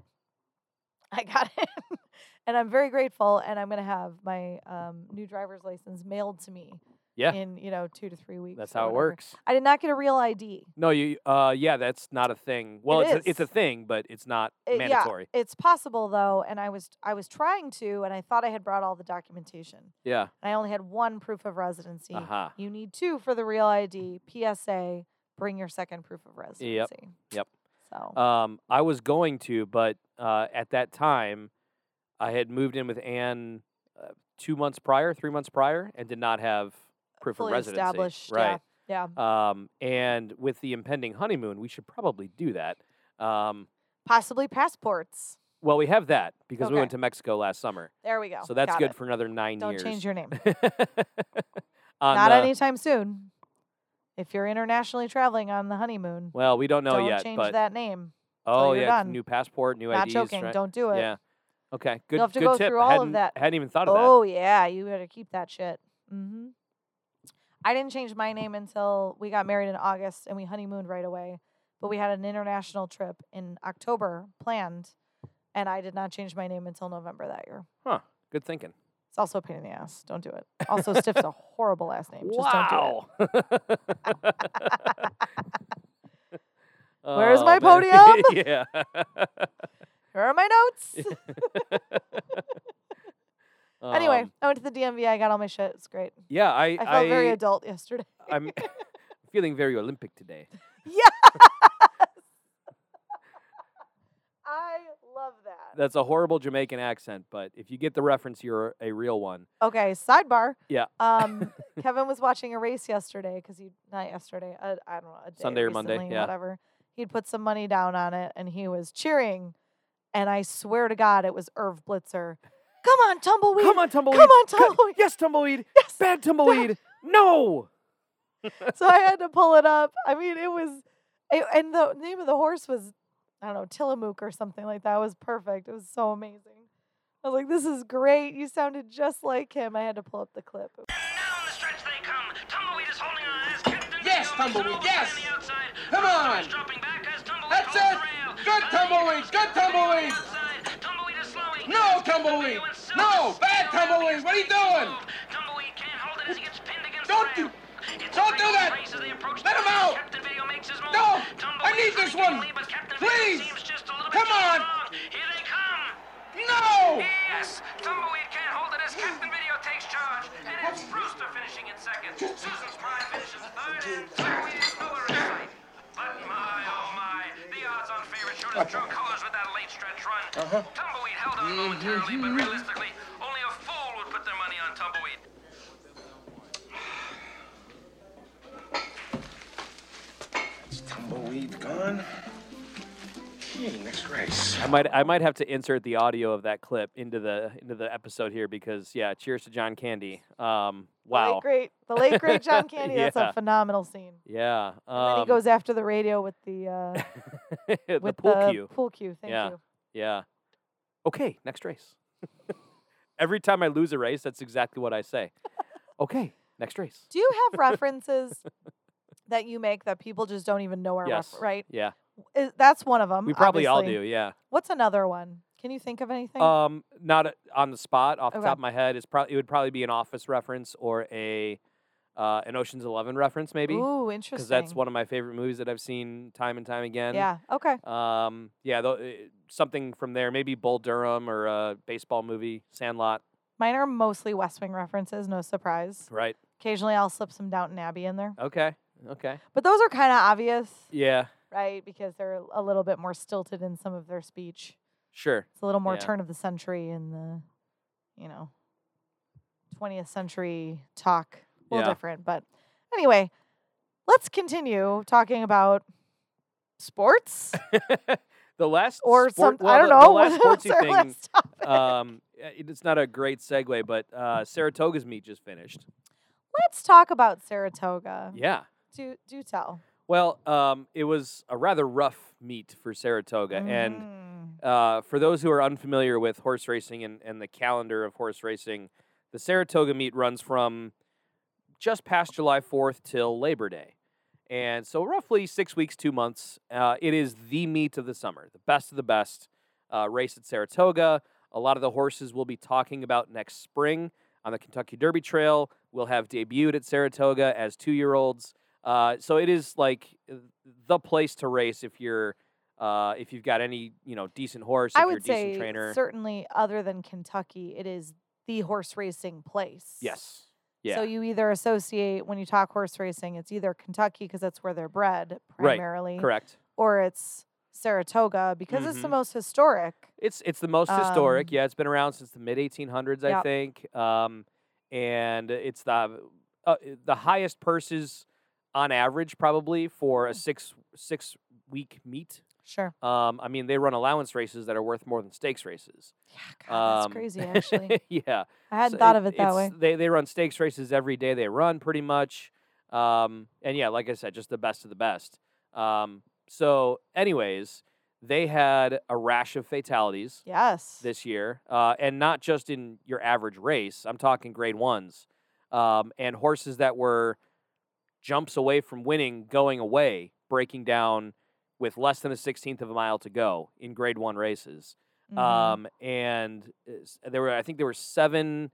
I got in, and I'm very grateful. And I'm gonna have my um, new driver's license mailed to me. Yeah. In you know two to three weeks. That's or how it whatever. works. I did not get a real ID. No, you. Uh, yeah, that's not a thing. Well, It it's a, it's a is. thing, but it's not Uh, yeah. mandatory. It's possible though, and I was I was trying to, and I thought I had brought all the documentation. Yeah. And I only had one proof of residency. Uh huh. You need two for the real ID. PSA, bring your second proof of residency. Yep. So Um, I was going to, but uh, at that time, I had moved in with Anne uh, two months prior, three months prior, and did not have proof fully of residency. established. right. Yeah. yeah. Um, and with the impending honeymoon, we should probably do that. Um, Possibly passports. well, we have that because we Okay. went to Mexico last summer, There we go. so that's Got good it. for another 9 Don't years. change your name. On Not the- anytime soon. If you're internationally traveling on the honeymoon, Well, we don't know don't yet, change but that name. oh you're yeah, done. new passport, new Not IDs. joking. right? Don't do it. Yeah. Okay. Good. have to good go tip. through all of hadn't, that. Hadn't even thought of Oh yeah, you better keep that shit. hmm I didn't change my name until we got married in August and we honeymooned right away. But we had an international trip in October planned, and I did not change my name until November that year. that. Good thinking. It's also a pain in the ass. Don't do it. Also, Stiff's a horrible last name. Just don't wow. Where's Oh, my man. podium? yeah. do it. Here are my notes. anyway, Um, I went to the DMV. I got all my shit. It's great. yeah, I, I felt very adult yesterday. I'm feeling very Olympic today. I love that. That's a horrible Jamaican accent, but if you get the reference, you're a real one. Okay, sidebar. Yeah. Um, Kevin was watching a race yesterday because he not yesterday. I I don't know a day Sunday or Monday, recently, yeah. whatever. He'd put some money down on it, and he was cheering. And I swear to God, it was Irv Blitzer. Come on, tumbleweed! Come on, tumbleweed. Come on, Cut- tumbleweed! Yes, tumbleweed. Yes. Bad tumbleweed. no. so I had to pull it up. I mean, it was, it, and the name of the horse was, I don't know, Tillamook or something like that. It was perfect. It was so amazing. I was like, this is great. You sounded just like him. I had to pull up the clip. Down the stretch they come. Tumbleweed is holding on as Captain Yes, Snow is Tumbleweed, over yes. on the outside. Come Buster on. is dropping back as Tumbleweed holds That's it. the rail. Good Buster Tumbleweed, is good coming on the Tumbleweed. outside. Tumbleweed is slowing. No, Tumbleweed. No, bad Tumbleweed. What are you doing? Tumbleweed can't hold it as he gets pinned against Don't the do- rail. It's a don't do tight that. race as they approach Let the him line. out. Captain Video makes his move. No, I Tumbleweed need trying this to get one. lead, but Captain Video Please. seems just a little bit Come too on. strong. Here they come. No! Yes! Tumbleweed can't hold it as Captain Video takes charge. And it's Brewster finishing in second. Susan's Pride finishes third, and Tumbleweed is nowhere in sight. But my, oh my, the odds on favorite showed his true colors with that late stretch run. Tumbleweed held on momentarily, but realistically, only a fool would put their money on Tumbleweed. Is Tumbleweed gone? Okay, next race. I might I might have to insert the audio of that clip into the into the episode here because yeah, cheers to John Candy. Um, The wow. late great, the late great John Candy. That's Yeah. a phenomenal scene. Yeah. Um, And then he goes after the radio with the uh, the with pool the cue. pool cue. Thank Yeah. you. Yeah. Okay, next race. Every time I lose a race, that's exactly what I say. Okay, next race. Do you have references that you make that people just don't even know are Yes. refer- right? Yeah. Is, that's one of them. We probably Um, obviously. all do, yeah. What's another one? Can you think of anything? Um not a, on the spot off the Okay. top of my head, it's probably it would probably be an office reference or a uh, an Ocean's 11 reference maybe Ooh, interesting. that's one of my favorite movies that I've seen time and time again. Yeah. Okay. Um, yeah, tho- eh, something from there, maybe Bull Durham or a baseball movie, Sandlot, Mine are mostly West Wing references, no surprise. right? Occasionally I'll slip some Downton Abbey in there. Okay, okay, But those are kind of obvious, yeah, right? Because they're a little bit more stilted in some of their speech. Sure. It's a little more Yeah. turn of the century in the, you know, 20th century talk. A little Yeah. different. But anyway, let's continue talking about sports the last or sport, something. well, I don't the, know. The last what's sportsy our thing. last topic? um, uh, it- it's not a great segue, but uh, Saratoga's meet just finished. Mm-hmm. let's talk about Saratoga. Yeah. Do, do tell. Well, um, it was a rather rough meet for Saratoga, and Mm. Uh, for those who are unfamiliar with horse racing and, and the calendar of horse racing, the Saratoga meet runs from just past July 4th till Labor Day. And so, roughly six weeks, two months, uh, it is the meet of the summer, the best of the best uh, race at Saratoga. A lot of the horses we'll be talking about next spring on the Kentucky Derby Trail will have debuted at Saratoga as two year olds. Uh, so, it is like uh, the place to race if you're. Uh, if you've got any, you know, decent horse, if I you're a would decent say trainer, certainly other than Kentucky, it is the horse racing place. yes, yeah, So you either associate when you talk horse racing, it's either Kentucky because that's where they're bred Right, primarily, correct. or it's Saratoga because it's the Mhm. most historic. It's it's the most historic. Um, Yeah, it's been around since the mid 1800s, I Yep. think. Um, and it's the uh, the highest purses on average probably for Mm. a six six week meet. Sure. Um, I mean, they run allowance races that are worth more than stakes races. Yeah, God, Um, that's crazy. Actually, yeah, I hadn't So thought of it that it's- way. They they run stakes races every day. They run pretty much, um, and yeah, like I said, just the best of the best. Um, so, anyways, they had a rash of fatalities Yes. this year, uh, and not just in your average race. I'm talking grade ones, um, and horses that were jumps away from winning, going away, breaking down with less than a sixteenth of a mile to go in grade one races. Mhm. Um, and s- there were, I think, there were seven,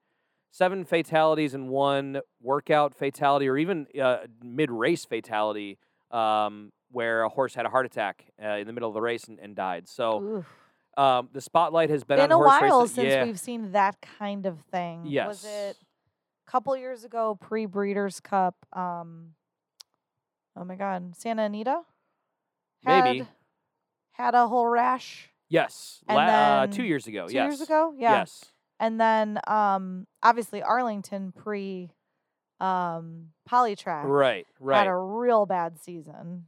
seven fatalities and one workout fatality, or even uh, mid-race fatality, um, where a horse had a heart attack uh, in the middle of the race and, and died. So Oof. um, the spotlight has been, been a on horse while racing. since yeah, we've seen that kind of thing. yes, Was it a couple years ago, pre Breeders' Cup? Um, oh my God, Santa Anita. Had, Maybe. had a whole rash yes, and La- uh, two then years ago. two yes, years ago. Yeah. yes, And then um obviously Arlington pre um Polytrack right, right. had a real bad season.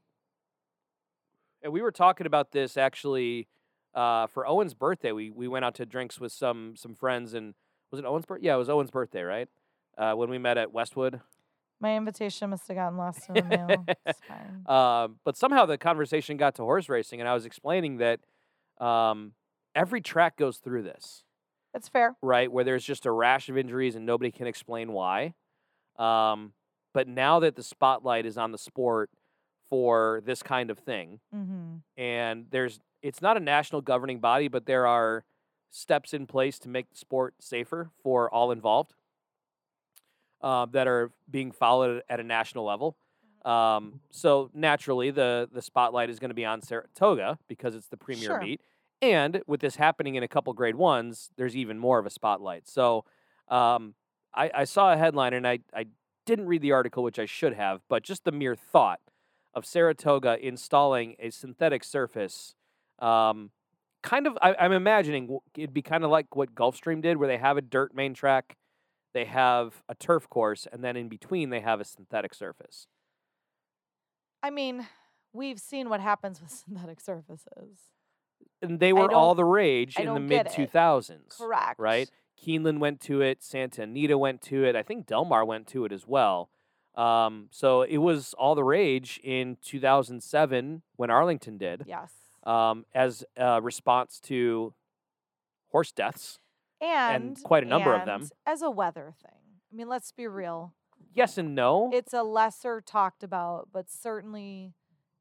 and we were talking about this actually uh, for Owen's birthday. We we went out to drinks with some some friends, and was it Owen's birthday? Yeah, it was Owen's birthday, right? Uh, when we met at Westwood. My invitation must have gotten lost in the mail. It's fine. Um, but somehow the conversation got to horse racing, and I was explaining that um, every track goes through this, That's fair. right? Where there's just a rash of injuries and nobody can explain why. Um, but now that the spotlight is on the sport for this kind of thing, Mm-hmm. and there's it's not a national governing body, but there are steps in place to make the sport safer for all involved uh, that are being followed at a national level. Um, so naturally, the the spotlight is going to be on Saratoga because it's the premier Sure. meet, and with this happening in a couple grade ones, there's even more of a spotlight. So um, I, I saw a headline and I I didn't read the article, which I should have, but just the mere thought of Saratoga installing a synthetic surface. Um, kind of, I, I'm imagining w- it'd be kind of like what Gulfstream did, where they have a dirt main track, they have a turf course, and then in between they have a synthetic surface. I mean, we've seen what happens with synthetic surfaces. And they I were all don't- the rage I in the don't mid get it. 2000s, Correct. right? Keeneland went to it, Santa Anita went to it, I think Delmar went to it as well. Um, so it was all the rage in 2007 when Arlington did. Yes. um, as a response to horse deaths. and, quite a number of them. and As a weather thing. I mean, let's be real. Yes and no. It's a lesser talked about, but certainly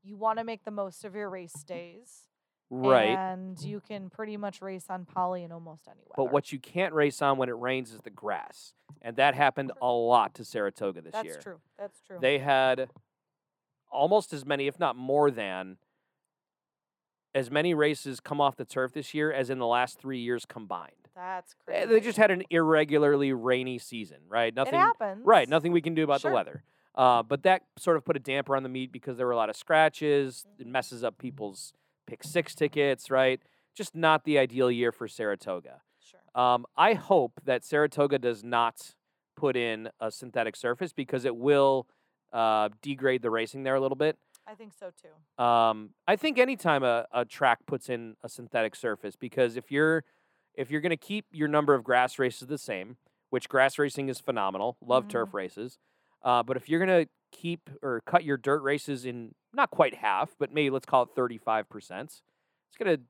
you want to make the most of your race days. right. And you can pretty much race on poly in almost any weather. But what you can't race on when it rains is the grass. And that happened a lot to Saratoga this That's year. true. That's true. They had almost as many, if not more than, as many races come off the turf this year as in the last three years combined. That's Eh, crazy. They just had an irregularly rainy season, right? Nothing. it happens. Right, nothing we can do about Sure. the weather. Uh, but that sort of put a damper on the meet because there were a lot of scratches. It messes up people's pick six tickets, right? just not the ideal year for Saratoga. Sure. Um, I hope that Saratoga does not put in a synthetic surface because it will uh, degrade the racing there a little bit. I think so too. Um, I think anytime a, a track puts in a synthetic surface, because if you're if you're going to keep your number of grass races the same, which grass racing is phenomenal, love Mhm. turf races, uh, but if you're going to keep or cut your dirt races in not quite half, but maybe let's call it thirty five percent, it's going to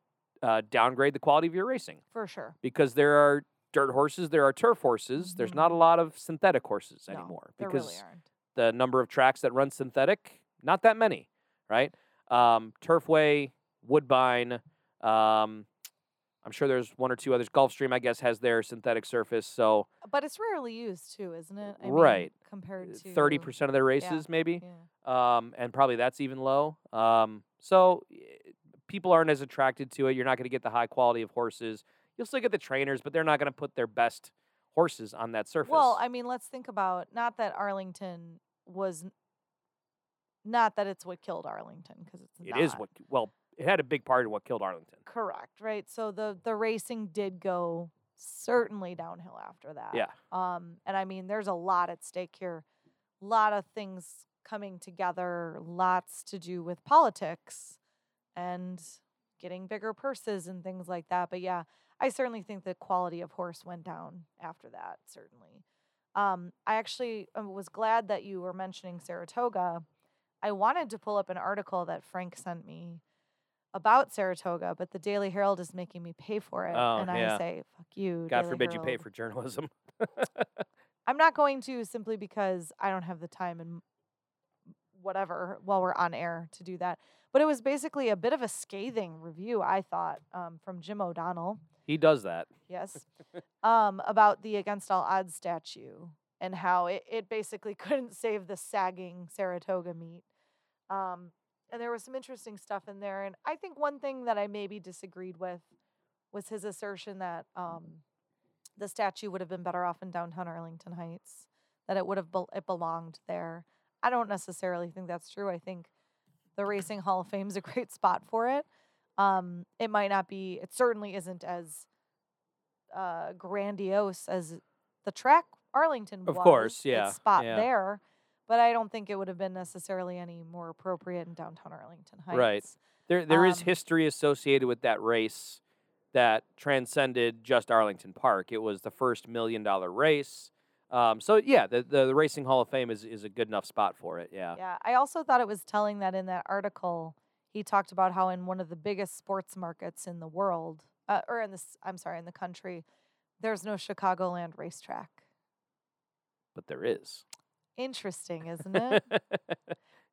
uh, downgrade the quality of your racing For sure. because there are dirt horses, there are turf horses. There's not a lot of synthetic horses Mm-hmm. No, anymore There because really aren't. the number of tracks that run synthetic, not that many, right? Um, Turfway, Woodbine, um, I'm sure there's one or two others. Gulfstream, I guess, has their synthetic surface, so But it's rarely used too, isn't it? I Right. Uh, Mean, compared to thirty percent of their races, maybe, Yeah. um, and probably that's even low. Um, so y- people aren't as attracted to it. You're not going to get the high quality of horses. You'll still get the trainers, but they're not going to put their best horses on that surface. Well, I mean, let's think about not that Arlington was n- not that it's what killed Arlington because it's it is not. what well, it had a big part in what killed Arlington. correct, right? So the the racing did go certainly downhill after that. Yeah. Um, and I mean, there's a lot at stake here, a lot of things coming together, lots to do with politics and getting bigger purses and things like that. But yeah, I certainly think the quality of horse went down after that, certainly. Um, I actually uh, was glad that you were mentioning Saratoga. I wanted to pull up an article that Frank sent me about Saratoga, but the Daily Herald is making me pay for it. Oh, and yeah. I say, fuck you. God Daily forbid you pay Herald." for journalism. I'm not going to simply because I don't have the time and whatever while we're on air to do that. But it was basically a bit of a scathing review, I thought, um, from Jim O'Donnell. He does that. Yes. um, about the Against All Odds statue and how it, it basically couldn't save the sagging Saratoga meet. Um, and there was some interesting stuff in there. And I think one thing that I maybe disagreed with was his assertion that um, the statue would have been better off in downtown Arlington Heights, that it would have bel it belonged there. I don't necessarily think that's true. I think the Racing Hall of Fame is a great spot for it. Um, it might not be. It certainly isn't as uh, grandiose as the track Arlington Of was, course, its yeah, spot yeah. there, but I don't think it would have been necessarily any more appropriate in downtown Arlington Heights. Right. There, there is Um, history associated with that race that transcended just Arlington Park. It was the first million dollar race. Um, so yeah, the, the the Racing Hall of Fame is is a good enough spot for it. Yeah. Yeah, I also thought it was telling that in that article, he talked about how in one of the biggest sports markets in the world, uh, or in this, I'm sorry, in the country, there's no Chicagoland racetrack. but there is. Interesting, isn't it?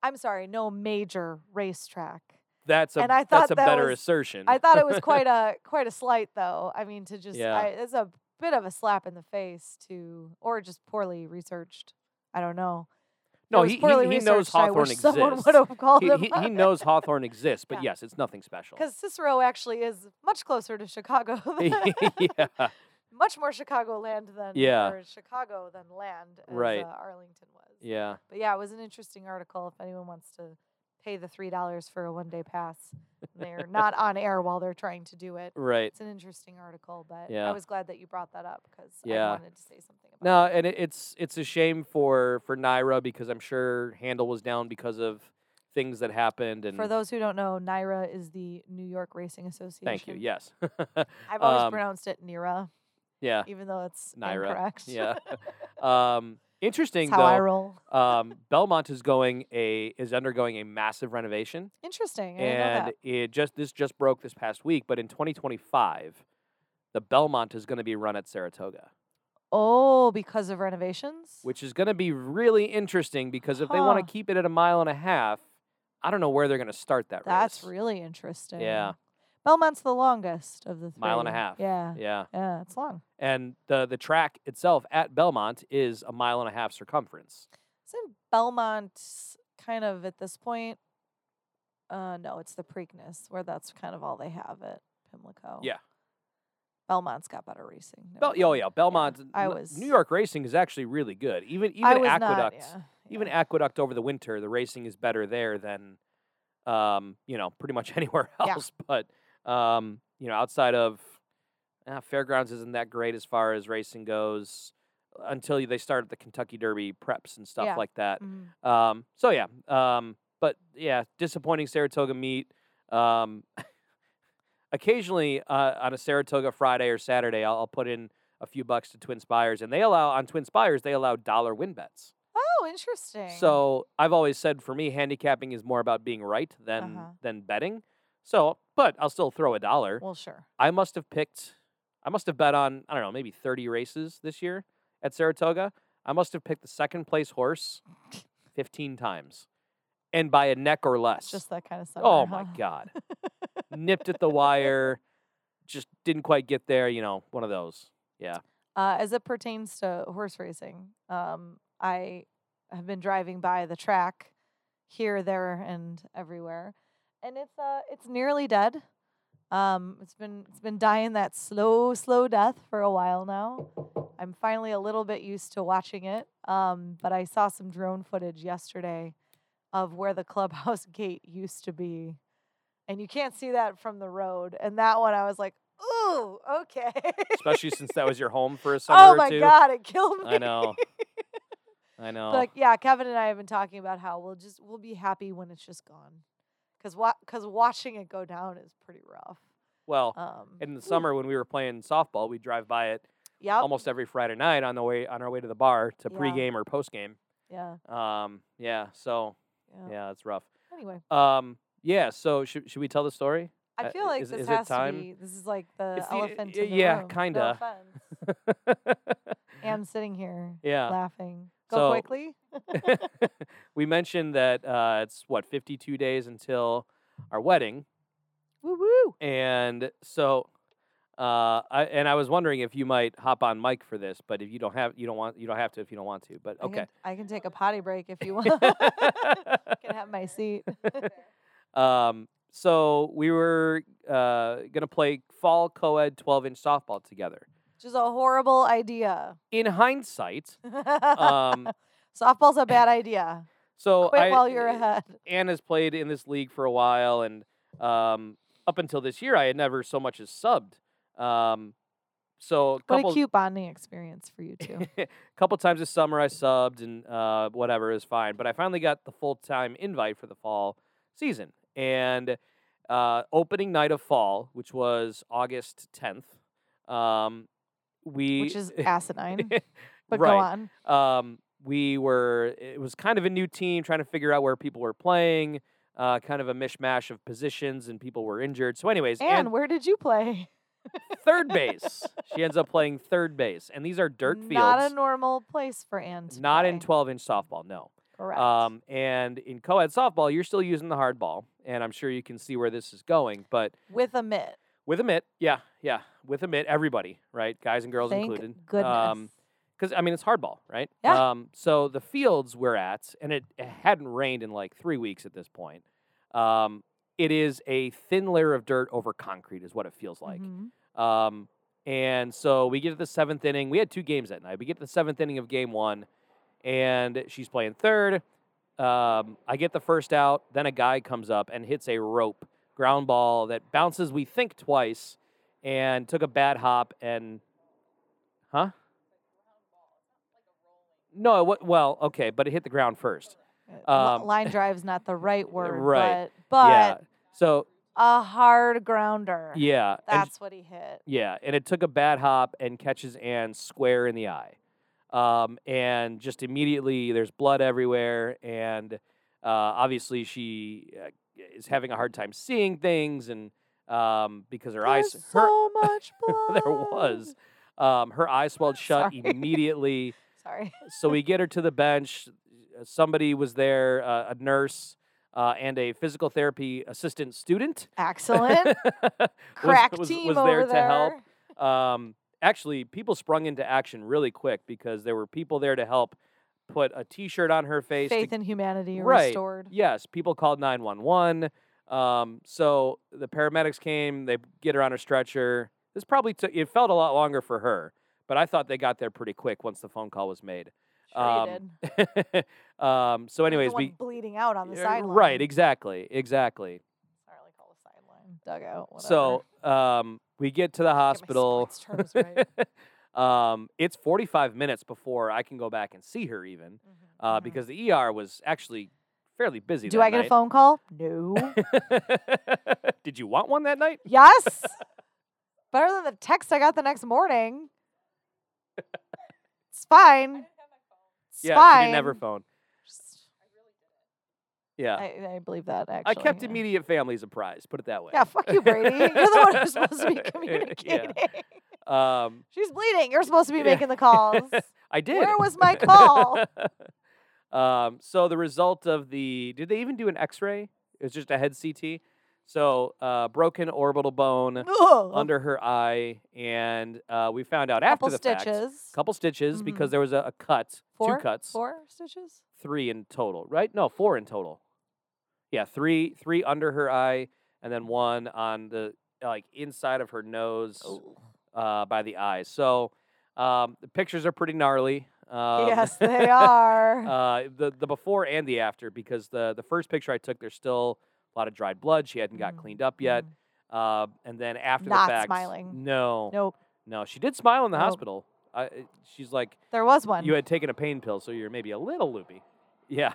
I'm sorry, no major racetrack. That's a And I that's thought a that better was- assertion. I thought it was quite a quite a slight, though. I mean, to just Yeah. I, it's a bit of a slap in the face to, or just poorly researched. I don't know. If it no, was he, poorly he, he knows researched, I Hawthorne wish exists. Someone would have called he, him he, on he it. knows Hawthorne exists, but Yeah. yes, it's nothing special. Because Cicero actually is much closer to Chicago, than, yeah, much more Chicago land than Yeah. or Chicago than land, as, Right. uh, Arlington was. yeah. But yeah, it was an interesting article. If anyone wants to pay the three dollars for a one day pass, and they're not on air while they're trying to do it. Right. It's an interesting article, but Yeah. I was glad that you brought that up because Yeah. I wanted to say something about No, it. and it, it's it's a shame for for Naira because I'm sure handle was down because of things that happened. And For those who don't know, NYRA is the New York Racing Association. thank you. Yes. I've always Um, pronounced it NIRA, Yeah. even though it's Naira, incorrect. Yeah. um, interesting That's how I though. roll. Um, Belmont is going a is undergoing a massive renovation, Interesting. I didn't know that. and it just this just broke this past week. But in 2025, the Belmont is going to be run at Saratoga. Oh, because of renovations? which is going to be really interesting because if they want Huh. to keep it at a mile and a half, I don't know where they're going to start that that's race. really interesting. Belmont's the longest of the three. Mile and a half. Yeah. Yeah. Yeah, it's long. And the the track itself at Belmont is a mile and a half circumference. Isn't Belmont kind of at this point? Uh no, it's the Preakness where that's kind of all they have at Pimlico. Yeah. Belmont's got better racing. never Bel- oh mind. yeah, Belmont. I n- was- New York racing is actually really good. Even even I was Aqueduct. not, yeah, Even yeah. Aqueduct over the winter, the racing is better there than um, you know, pretty much anywhere Yeah. else, but um, you know, outside of uh, fairgrounds isn't that great as far as racing goes until they started the Kentucky Derby preps and stuff Yeah. like that. Mhm. Um, so yeah, um, but yeah, disappointing Saratoga meet. Um, occasionally uh, on a Saratoga Friday or Saturday, I'll, I'll put in a few bucks to Twin Spires, and they allow on Twin Spires they allow dollar win bets. Oh, interesting. So I've always said for me, handicapping is more about being right than Uh-huh. than betting. So, but I'll still throw a dollar. well, sure. I must have picked, I must have bet on, I don't know, maybe 30 races this year at Saratoga. I must have picked the second place horse 15 times and by a neck or less. It's just that kind of stuff. oh my God. Nipped at the wire, just didn't quite get there, you know, one of those. Yeah. Uh, as it pertains to horse racing, um, I have been driving by the track here, there, and everywhere, and it's uh, it's nearly dead. Um, it's been it's been dying that slow, slow death for a while now. I'm finally a little bit used to watching it, um, but I saw some drone footage yesterday of where the clubhouse gate used to be, and you can't see that from the road. And that one, I was like, "Ooh, okay." Especially since that was your home for a summer oh or my two. god, it killed me. I know. I know. But, Like yeah, Kevin and I have been talking about how we'll just we'll be happy when it's just gone, because because watching it go down is pretty rough. well, Um, in the summer when we were playing softball, we'd drive by it yeah, almost every Friday night on the way on our way to the bar to Yeah. pregame or postgame. yeah, Um, yeah, so yeah. yeah, it's rough. Anyway, Um, yeah, so should should we tell the story? I Uh, feel like is- this is it has time? to be. This is like the It's the- elephant. y- in the yeah, room. No kinda. offense. I'm sitting here yeah. laughing. Go So- quickly. we mentioned that uh, it's what 52 days until our wedding, Woo woo. and so uh, I and I was wondering if you might hop on mic for this, but if you don't have, you don't want, you don't have to if you don't want to. But I okay. can, I can take a potty break if you want. can have my seat. Um, so we were uh, gonna play fall co-ed 12-inch softball together. Which is a horrible idea. In hindsight, um, Softball's a bad idea. so Quit I, eh, while you're ahead. Anna's played in this league for a while, and um, up until this year, I had never so much as subbed. Um, so a What couple, a cute bonding experience for you two. couple times this summer, I subbed, and uh, whatever is fine. But I finally got the full time invite for the fall season, and uh, opening night of fall, which was August 10th, um, we which is asinine. But go Right. on. um, we were it was kind of a new team trying to figure out where people were playing uh, kind of a mishmash of positions and people were injured so anyways And where did you play? third base she ends up playing third base and these are dirt fields Not a normal place for Anne to not in play. 12 inch softball no Correct. um, and in co-ed softball you're still using the hard ball and i'm sure you can see where this is going but With a mitt. with a mitt yeah yeah with a mitt everybody right guys and girls Thank included Um, goodness. because I mean it's hardball, right? Yeah. Um, so the fields we're at, and it, it hadn't rained in like three weeks at this point. Um, it is a thin layer of dirt over concrete, is what it feels like. Mhm. Um, and so we get to the seventh inning. We had two games that night. We get to the seventh inning of game one, and she's playing third. Um, I get the first out. Then a guy comes up and hits a rope ground ball that bounces, we think, twice and took a bad hop and. Huh? No, it, wa- well, okay, but it hit the ground first. Uh, li- um, Line drive's not the right word, right. but, but yeah. So, a hard grounder. yeah. and- That's what he hit. Yeah, and it took a bad hop and catches Ann square in the eye. Um, and just immediately there's blood everywhere. And uh, obviously she uh, is having a hard time seeing things and um, because her eyes. There's her- so much blood. there was. Um, her eyes swelled shut Sorry. immediately Sorry. so we get her to the bench. uh, Somebody was there, uh, a nurse uh, and a physical therapy assistant student. Excellent. was- Crack was- team was over there to there. help. Um, actually, people sprung into action really quick because there were people there to help put a T-shirt on her face. to- Faith in humanity Right. restored. yes, people called nine one one. Um, so the paramedics came. They get her on a stretcher. This probably took. It felt a lot longer for her, but I thought they got there pretty quick once the phone call was made. Sure you Um, did. um, so, You're the anyways, one we bleeding out on the uh, sideline. right, exactly, exactly. Sorry, I like all the sideline. dugout. Whatever. So um, we get to the hospital. Get my sports terms right. um, it's 45 minutes before I can go back and see her, even uh, Mhm. because the ER was actually fairly busy. Do that I get a night. phone call? No. Did you want one that night? yes. Better than the text I got the next morning. It's fine. It's yeah, fine. she didn't have her phone. Just- Yeah, I, I, I believe that actually. kept yeah. immediate families apprised. Put it that way. Yeah, fuck you, Brady. You're the one who's supposed to be Yeah. communicating. Um, She's bleeding. You're supposed to be Yeah. making the calls. I did. Where was my call? um, so the result of the did they even do an X-ray? It was just a head CT. So uh, broken orbital bone Ugh. under her eye, and uh, we found out couple after the fact, stitches. Mm-hmm. couple stitches because there was a, a cut, Four? two cuts, Four stitches? three in total, right? No, four in total. Yeah, three three under her eye, and then one on the like inside of her nose Oh. uh, by the eye. So um, the pictures are pretty gnarly. Um, yes, they are. uh, the the before and the after because the the first picture I took, there's still a lot of dried blood. She hadn't got Mm, cleaned up yet. Uh, and then after Not the fact, smiling. No, nope. no, she did smile in the Nope. hospital. I, it- she's like, There was one. you had taken a pain pill, so you're maybe a little loopy. Yeah.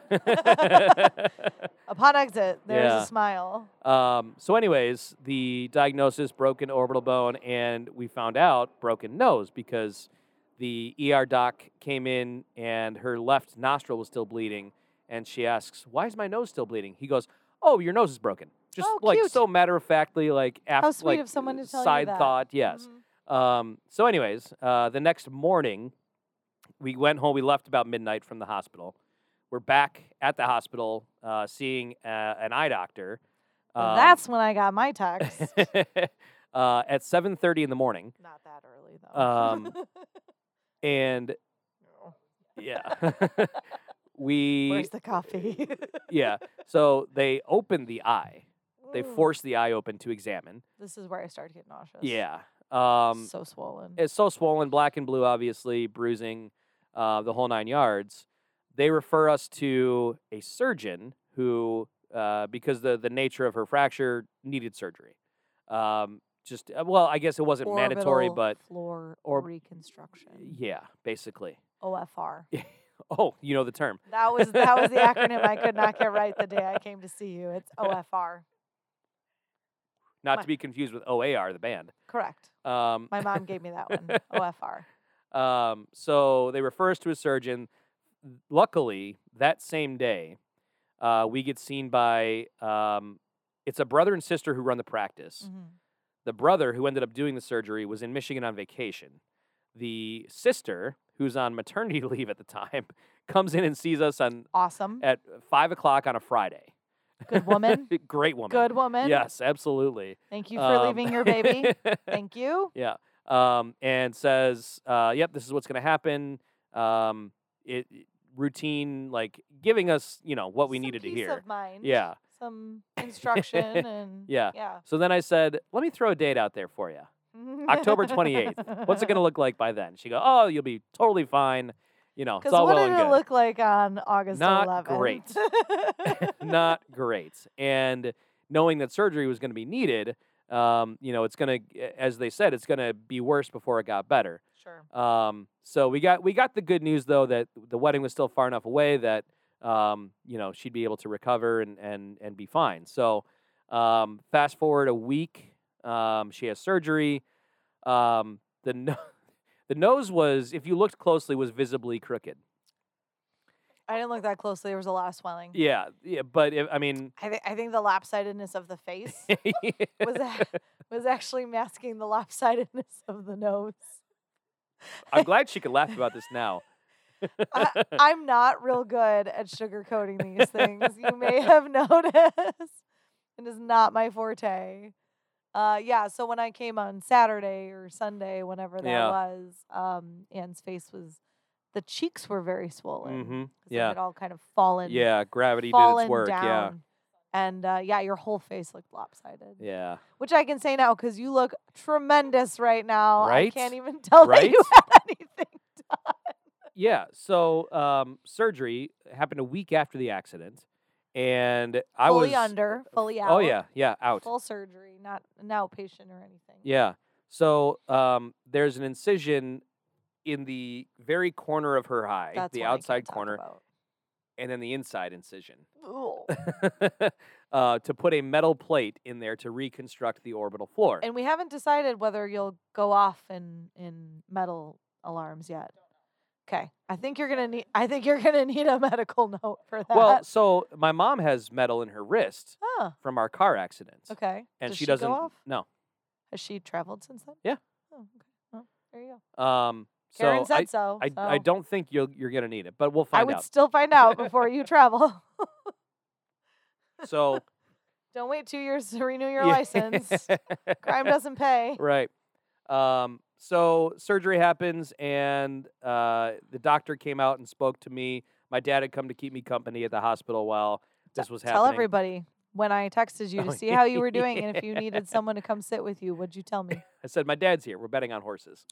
Upon exit, there's Yeah. a smile. um, so, anyways, the diagnosis: broken orbital bone, and we found out broken nose because the ER doc came in and her left nostril was still bleeding, and she asks, "Why is my nose still bleeding?" He goes, "Oh, your nose is broken." Just Oh, like cute. so matter of factly, like after How sweet of someone to tell you side that. thought, yes. Mhm. Um, so, anyways, uh, the next morning, we went home. We left about midnight from the hospital. We're back at the hospital uh, seeing uh, an eye doctor. um, That's when I got my text. uh, at 7:30 in the morning, Not that early, though. Um, and yeah, we Where's the coffee? yeah. So they opened the eye. They Ooh. forced the eye open to examine. This is where I started getting nauseous. Yeah. Um, so swollen. it's so swollen, black and blue, obviously, bruising, uh, the whole nine yards. They refer us to a surgeon who, uh, because the, the nature of her fracture, needed surgery. Um, just, uh, well, I guess it wasn't mandatory, Orbital but floor or- reconstruction. yeah, basically. OFR. Oh, you know the term. That was that was the acronym I could not get right the day I came to see you. It's OFR. Not My- to be confused with OAR, the band. Correct. Um, My mom gave me that one. OFR. Um, so they refer us to a surgeon. Luckily, that same day, uh, we get seen by um, it's a brother and sister who run the practice. Mhm. The brother who ended up doing the surgery was in Michigan on vacation. The sister, who's on maternity leave at the time, comes in and sees us on Awesome. at five o'clock on a Friday. Good woman. Great woman. Good woman. Yes, absolutely. Thank you for Um, leaving your baby. Thank you. Yeah. Um, and says, uh, yep, this is what's going to happen. Um, it it- routine, like giving us, you know, what we Some needed to peace hear. Of mind, Yeah. Some instruction and Yeah. Yeah. So then I said, let me throw a date out there for you. October 28th. What's it going to look like by then? She go, oh, you'll be totally fine. You know, it's Because all what well did and it good. look like on August Not 11th? great. Not great. And knowing that surgery was going to be needed, um, you know, it's going to, as they said, it's going to be worse before it got better. sure. Um, so we got we got the good news though that the wedding was still far enough away that um, you know she'd be able to recover and and and be fine. So um, fast forward a week, um, she has surgery. Um, the no- the nose was, if you looked closely, was visibly crooked. I didn't look that closely. There was a lot of swelling. Yeah, yeah, but if, I mean, I, th- I think the lopsidedness of the face was a- was actually masking the lopsidedness of the nose. I'm glad she could laugh about this now. I, I'm not real good at sugarcoating these things. You may have noticed. It is not my forte. Uh, yeah, so when I came on Saturday or Sunday, whenever that Yeah. was, um, Anne's face was, the cheeks were very swollen. hmm 'cause It Yeah, had all kind of fallen, yeah, gravity did fallen its work. down. Yeah, And uh, yeah, your whole face looked lopsided. yeah, which I can say now because you look tremendous right now. I Right? can't even tell that you Right? had anything. Yeah. So um, surgery happened a week after the accident, and I fully was under, fully out. Oh yeah, yeah, out. Full surgery, not an outpatient or anything. Yeah. So um, there's an incision in the very corner of her eye, That's the one I can't outside talk corner, about. and then the inside incision. Ugh. uh, to put a metal plate in there to reconstruct the orbital floor. and we haven't decided whether you'll go off in in metal alarms yet. Okay, I think you're gonna need. I think you're gonna need a medical note for that. well, so my mom has metal in her wrist Huh, from our car accident, okay. and Does she, doesn't. Go off? No. Has she traveled since then? Yeah. Oh, okay. Well, there you go. Um, so Karen said I, so. I, I so don't think you'll, you're going to need it, but we'll I find would out. still find out before you travel. So don't wait two years to renew your yeah. license. Crime doesn't pay. Right. Um, so surgery happens, and uh, the doctor came out and spoke to me. My dad had come to keep me company at the hospital while T- this was Tell happening. everybody when I texted you Oh, to see how you were doing and if you needed someone to come sit with you, would you tell me? I said, "My dad's here. We're betting on horses."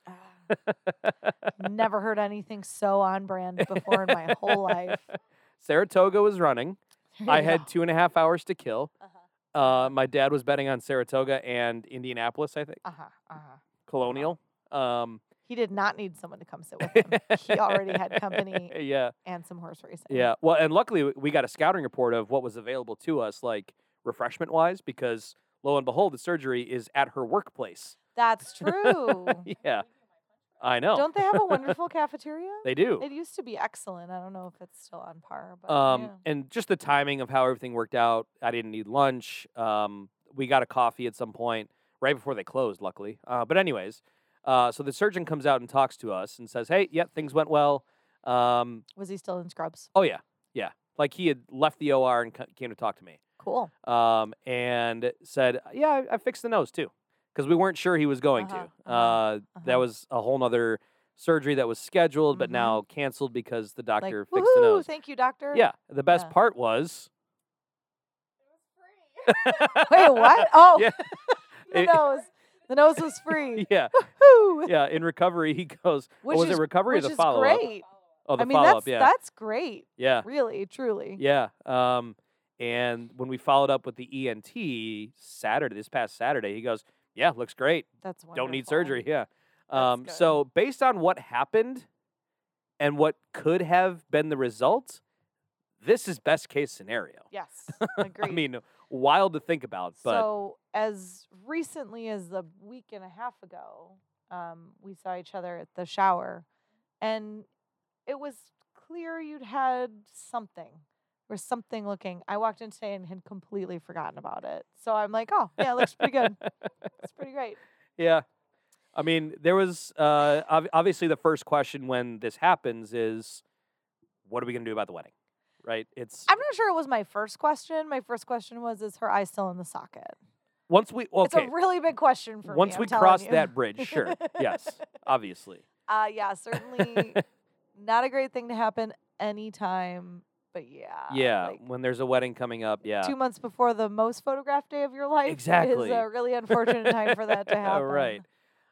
Never heard anything so on brand before in my whole life. Saratoga was running. There I you had go. two and a half hours to kill. Uh-huh. Uh, my dad was betting on Saratoga and Indianapolis, I think, Uh-huh, uh-huh. Colonial. Um, He did not need someone to come sit with him. he already had company yeah, and some horse racing. yeah. Well, and luckily w- we got a scouting report of what was available to us, like refreshment wise, because lo and behold, the surgery is at her workplace. That's true. yeah. I know. Don't they have a wonderful cafeteria? they do. It used to be excellent. I don't know if it's still on par, but um, yeah. And just the timing of how everything worked out. I didn't need lunch. Um, we got a coffee at some point right before they closed, luckily. Uh, but, anyways, uh, so the surgeon comes out and talks to us and says, hey, yeah, things went well. Um, was he still in scrubs? oh, yeah. Yeah. Like he had left the OR and c- came to talk to me Cool. um, and said, yeah, I, I fixed the nose too. Because we weren't sure he was going Uh-huh, to. uh-huh, Uh, That uh-huh. was a whole nother surgery that was scheduled, but Mhm. now canceled because the Like, doctor fixed the woohoo, nose. thank you, doctor. Yeah, the best Yeah. part was. Wait, what? Oh, Yeah. the It- nose. The nose was free. Yeah, Woo! yeah. In recovery, he goes. or Which was is- it recovery Which or the is follow up? great. Oh, the I mean, follow that's up. Yeah, that's great. yeah, Really, truly. yeah. Um, and when we followed up with the ENT Saturday, this past Saturday, he goes, "Yeah, looks great. That's wonderful. Don't need surgery." Yeah. That's Um, good. so based on what happened, and what could have been the result, this is best case scenario. Yes, agreed. I mean, wild to think about, but so as recently as a week and a half ago, um, we saw each other at the shower, and it was clear you'd had something or something looking. I walked in today and had completely forgotten about it. So I'm like, oh yeah, it looks pretty good. it's pretty great. Yeah. I mean, there was uh, ob- obviously the first question when this happens is, what are we going to do about the wedding? Right? It's I'm not sure it was my first question. My first question was, is her eye still in the socket? once we okay. It's a really big question for Once me. I'm we telling cross you. that bridge, sure. yes, obviously. Uh, yeah, certainly not a great thing to happen anytime, but yeah. yeah, Uh, like, when there's a wedding coming up, yeah. Two months before the most photographed day of your life Exactly. is a really unfortunate time for that to happen. right.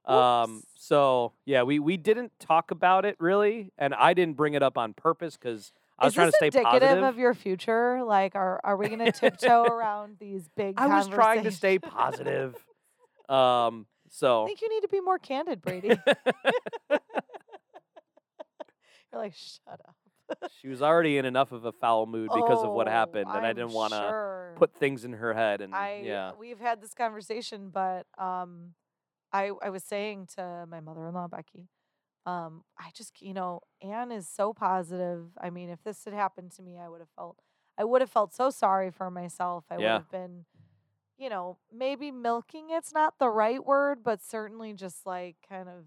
Um Whoops. so yeah, we we didn't talk about it really and I didn't bring it up on purpose cuz I was is trying to this stay indicative positive. of your future? Like, are are we going to tiptoe around these big? I was trying to stay conversations? positive. um I so think you need to be more candid, Brady. You're like, shut up. she was already in enough of a foul mood because of what Oh, happened, and I I'm didn't want to sure. put things in her head. And I yeah, we've had this conversation, but um, I I was saying to my mother-in-law Becky, um, I just you know Anne is so positive. I mean, if this had happened to me, I would have felt I would have felt so sorry for myself. I would Yeah. have been, you know, maybe milking. It's not the right word, but certainly just like kind of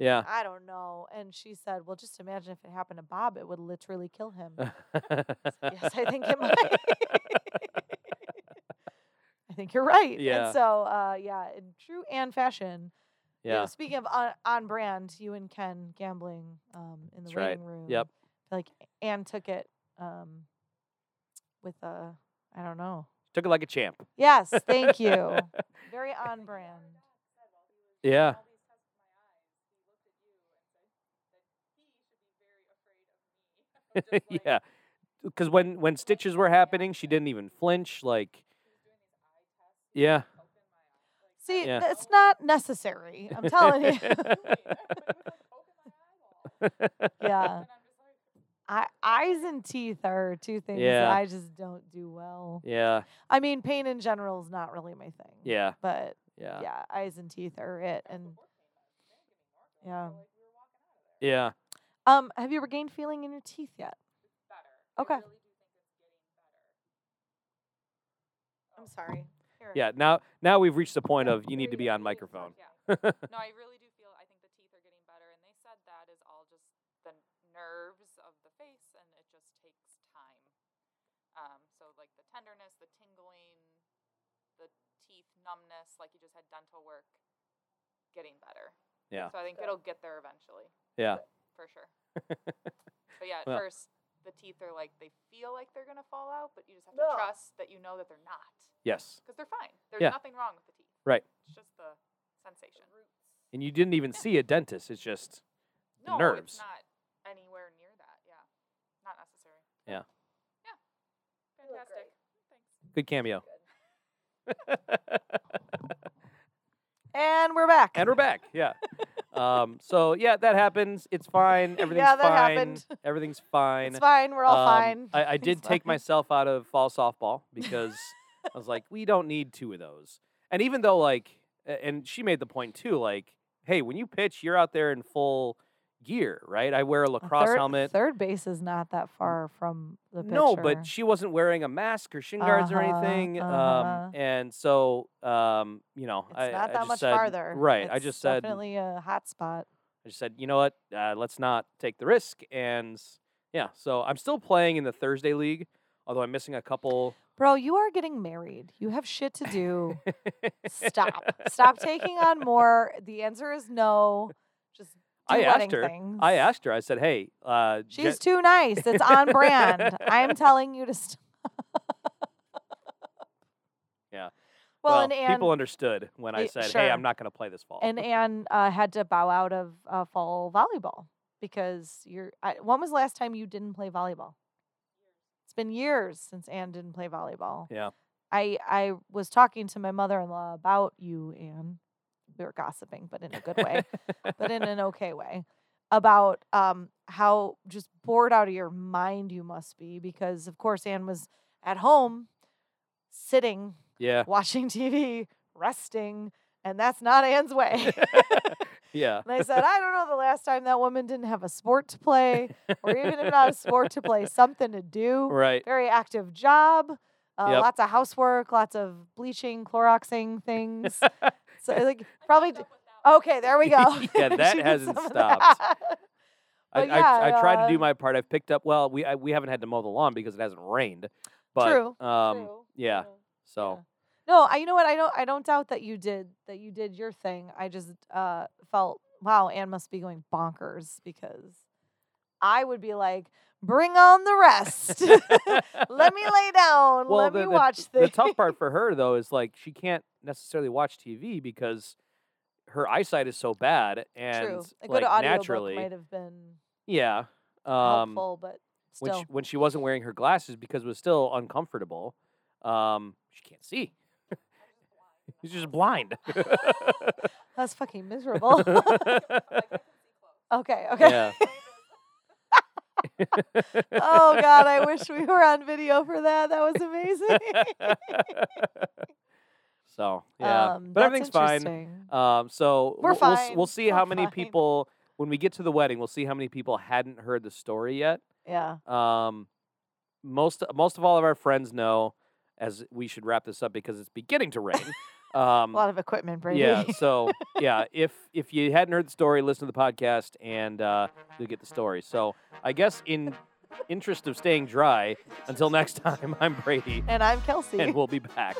yeah. I don't know. And she said, well, just imagine if it happened to Bob, it would literally kill him. yes, I think it might. I think you're right. Yeah. And so, uh, yeah, in true and fashion. you know, yeah, speaking of on, on brand, you and Ken gambling um, in the That's right. waiting room. Yep. I feel Like Anne took it um, with a, I don't know. took it like a champ. Yes, thank you. Very on brand. Yeah, yeah. because when when stitches were happening, she didn't even flinch. Like, yeah, See, Yeah. it's not necessary. I'm telling you. yeah. I, eyes and teeth are two things Yeah. that I just don't do well. yeah, I mean, pain in general is not really my thing. yeah, But yeah, yeah, eyes and teeth are it. And yeah. yeah. Um, have you regained feeling in your teeth yet? Okay. I'm sorry. Here. Yeah, now now we've reached the point of you need to be on microphone. Yeah. no, I really do feel. I think the teeth are getting better, and they said that is all just the nerves of the face, and it just takes time. Um, so like the tenderness, the tingling, the teeth numbness, like you just had dental work, getting better. Yeah. So I think it'll get there eventually, Yeah, for sure. but yeah, at Well. first the teeth are like they feel like they're gonna fall out, but you just have No. to trust that you know that they're not, yes, because they're fine. There's Yeah. nothing wrong with the teeth. Right. It's just the sensation. and you didn't even see a dentist. It's just the no, nerves. It's not anywhere near that. Yeah. Not necessary. Yeah. Yeah. Fantastic. Thanks. good cameo. And we're back. and we're back. Yeah. Um, so yeah, that happens. It's fine. Everything's Yeah, that fine. happened. Everything's fine. it's fine. We're all Um, fine. I, I did It's take fine. myself out of fall softball because I was like, we don't need two of those. And even though like, a- and she made the point too, like, hey, when you pitch, you're out there in full gear, right? I wear a A lacrosse third, helmet. Third base is not that far from the pitcher. No, but she wasn't wearing a mask or shin guards or Uh-huh, anything. uh-huh. Um, and so, um, you know, it's I, not I that just much said, farther. Right. I It's just said, definitely a hot spot. I just said, you know what, uh, let's not take the risk. And yeah, so I'm still playing in the Thursday league, although I'm missing a couple. Bro, you are getting married. You have shit to do. Stop. Stop taking on more. The answer is no. Just do I asked wedding her. Things. I asked her. I said, hey, uh, Je- She's too nice. It's on brand. I'm telling you to stop. Yeah. Well, well, and Anne people understood when I Y- said, hey, sure. I'm not going to play this fall. and Anne uh, had to bow out of uh, fall volleyball because you're. I, when was the last time you didn't play volleyball? It's been years since Anne didn't play volleyball. Yeah. I I was talking to my mother-in-law about you, Anne. We were gossiping, but in a good way, but in an okay way, about um how just bored out of your mind you must be because of course Anne was at home sitting yeah. watching TV, resting, and that's not Anne's way. Yeah. and I said, I don't know the last time that woman didn't have a sport to play, or even if not a sport to play, something to do. Right. Very active job, uh, Yep. lots of housework, lots of bleaching, Cloroxing things. so, like, probably. d- Okay, there we go. Yeah, that She did hasn't some of stopped. that. I, But I, I tried to do yeah, uh my part. I've picked up, well, we I, we haven't had to mow the lawn because it hasn't rained. But, True, Um, True, Yeah. true. So, No, I you know what I don't I don't doubt that you did that you did your thing. I just uh felt wow, Anne must be going bonkers because I would be like, bring on the rest. Let me lay down. well, Let the, me the- watch the this. tough part for her though is like she can't necessarily watch TV because her eyesight is so bad and True. A good like audiobook naturally, might have been yeah. Um, helpful, but when still. she, when she wasn't wearing her glasses because it was still uncomfortable, um, she can't see. She's just blind. That's fucking miserable. okay, okay. yeah. Oh god, I wish we were on video for that. That was amazing. so yeah, Um, but that's everything's fine. interesting. Um, so We're we'll, we'll s- We'll, fine. see We're how many fine. people when we get to the wedding. We'll see how many people hadn't heard the story yet. Yeah. Um, most most of all of our friends know as we should wrap this up because it's beginning to rain. Um, A lot of equipment, Brady. yeah, so yeah, if if you hadn't heard the story, listen to the podcast and uh, you'll get the story. So I guess in interest of staying dry, until next time, I'm Brady and I'm Kelsey. and we'll be back.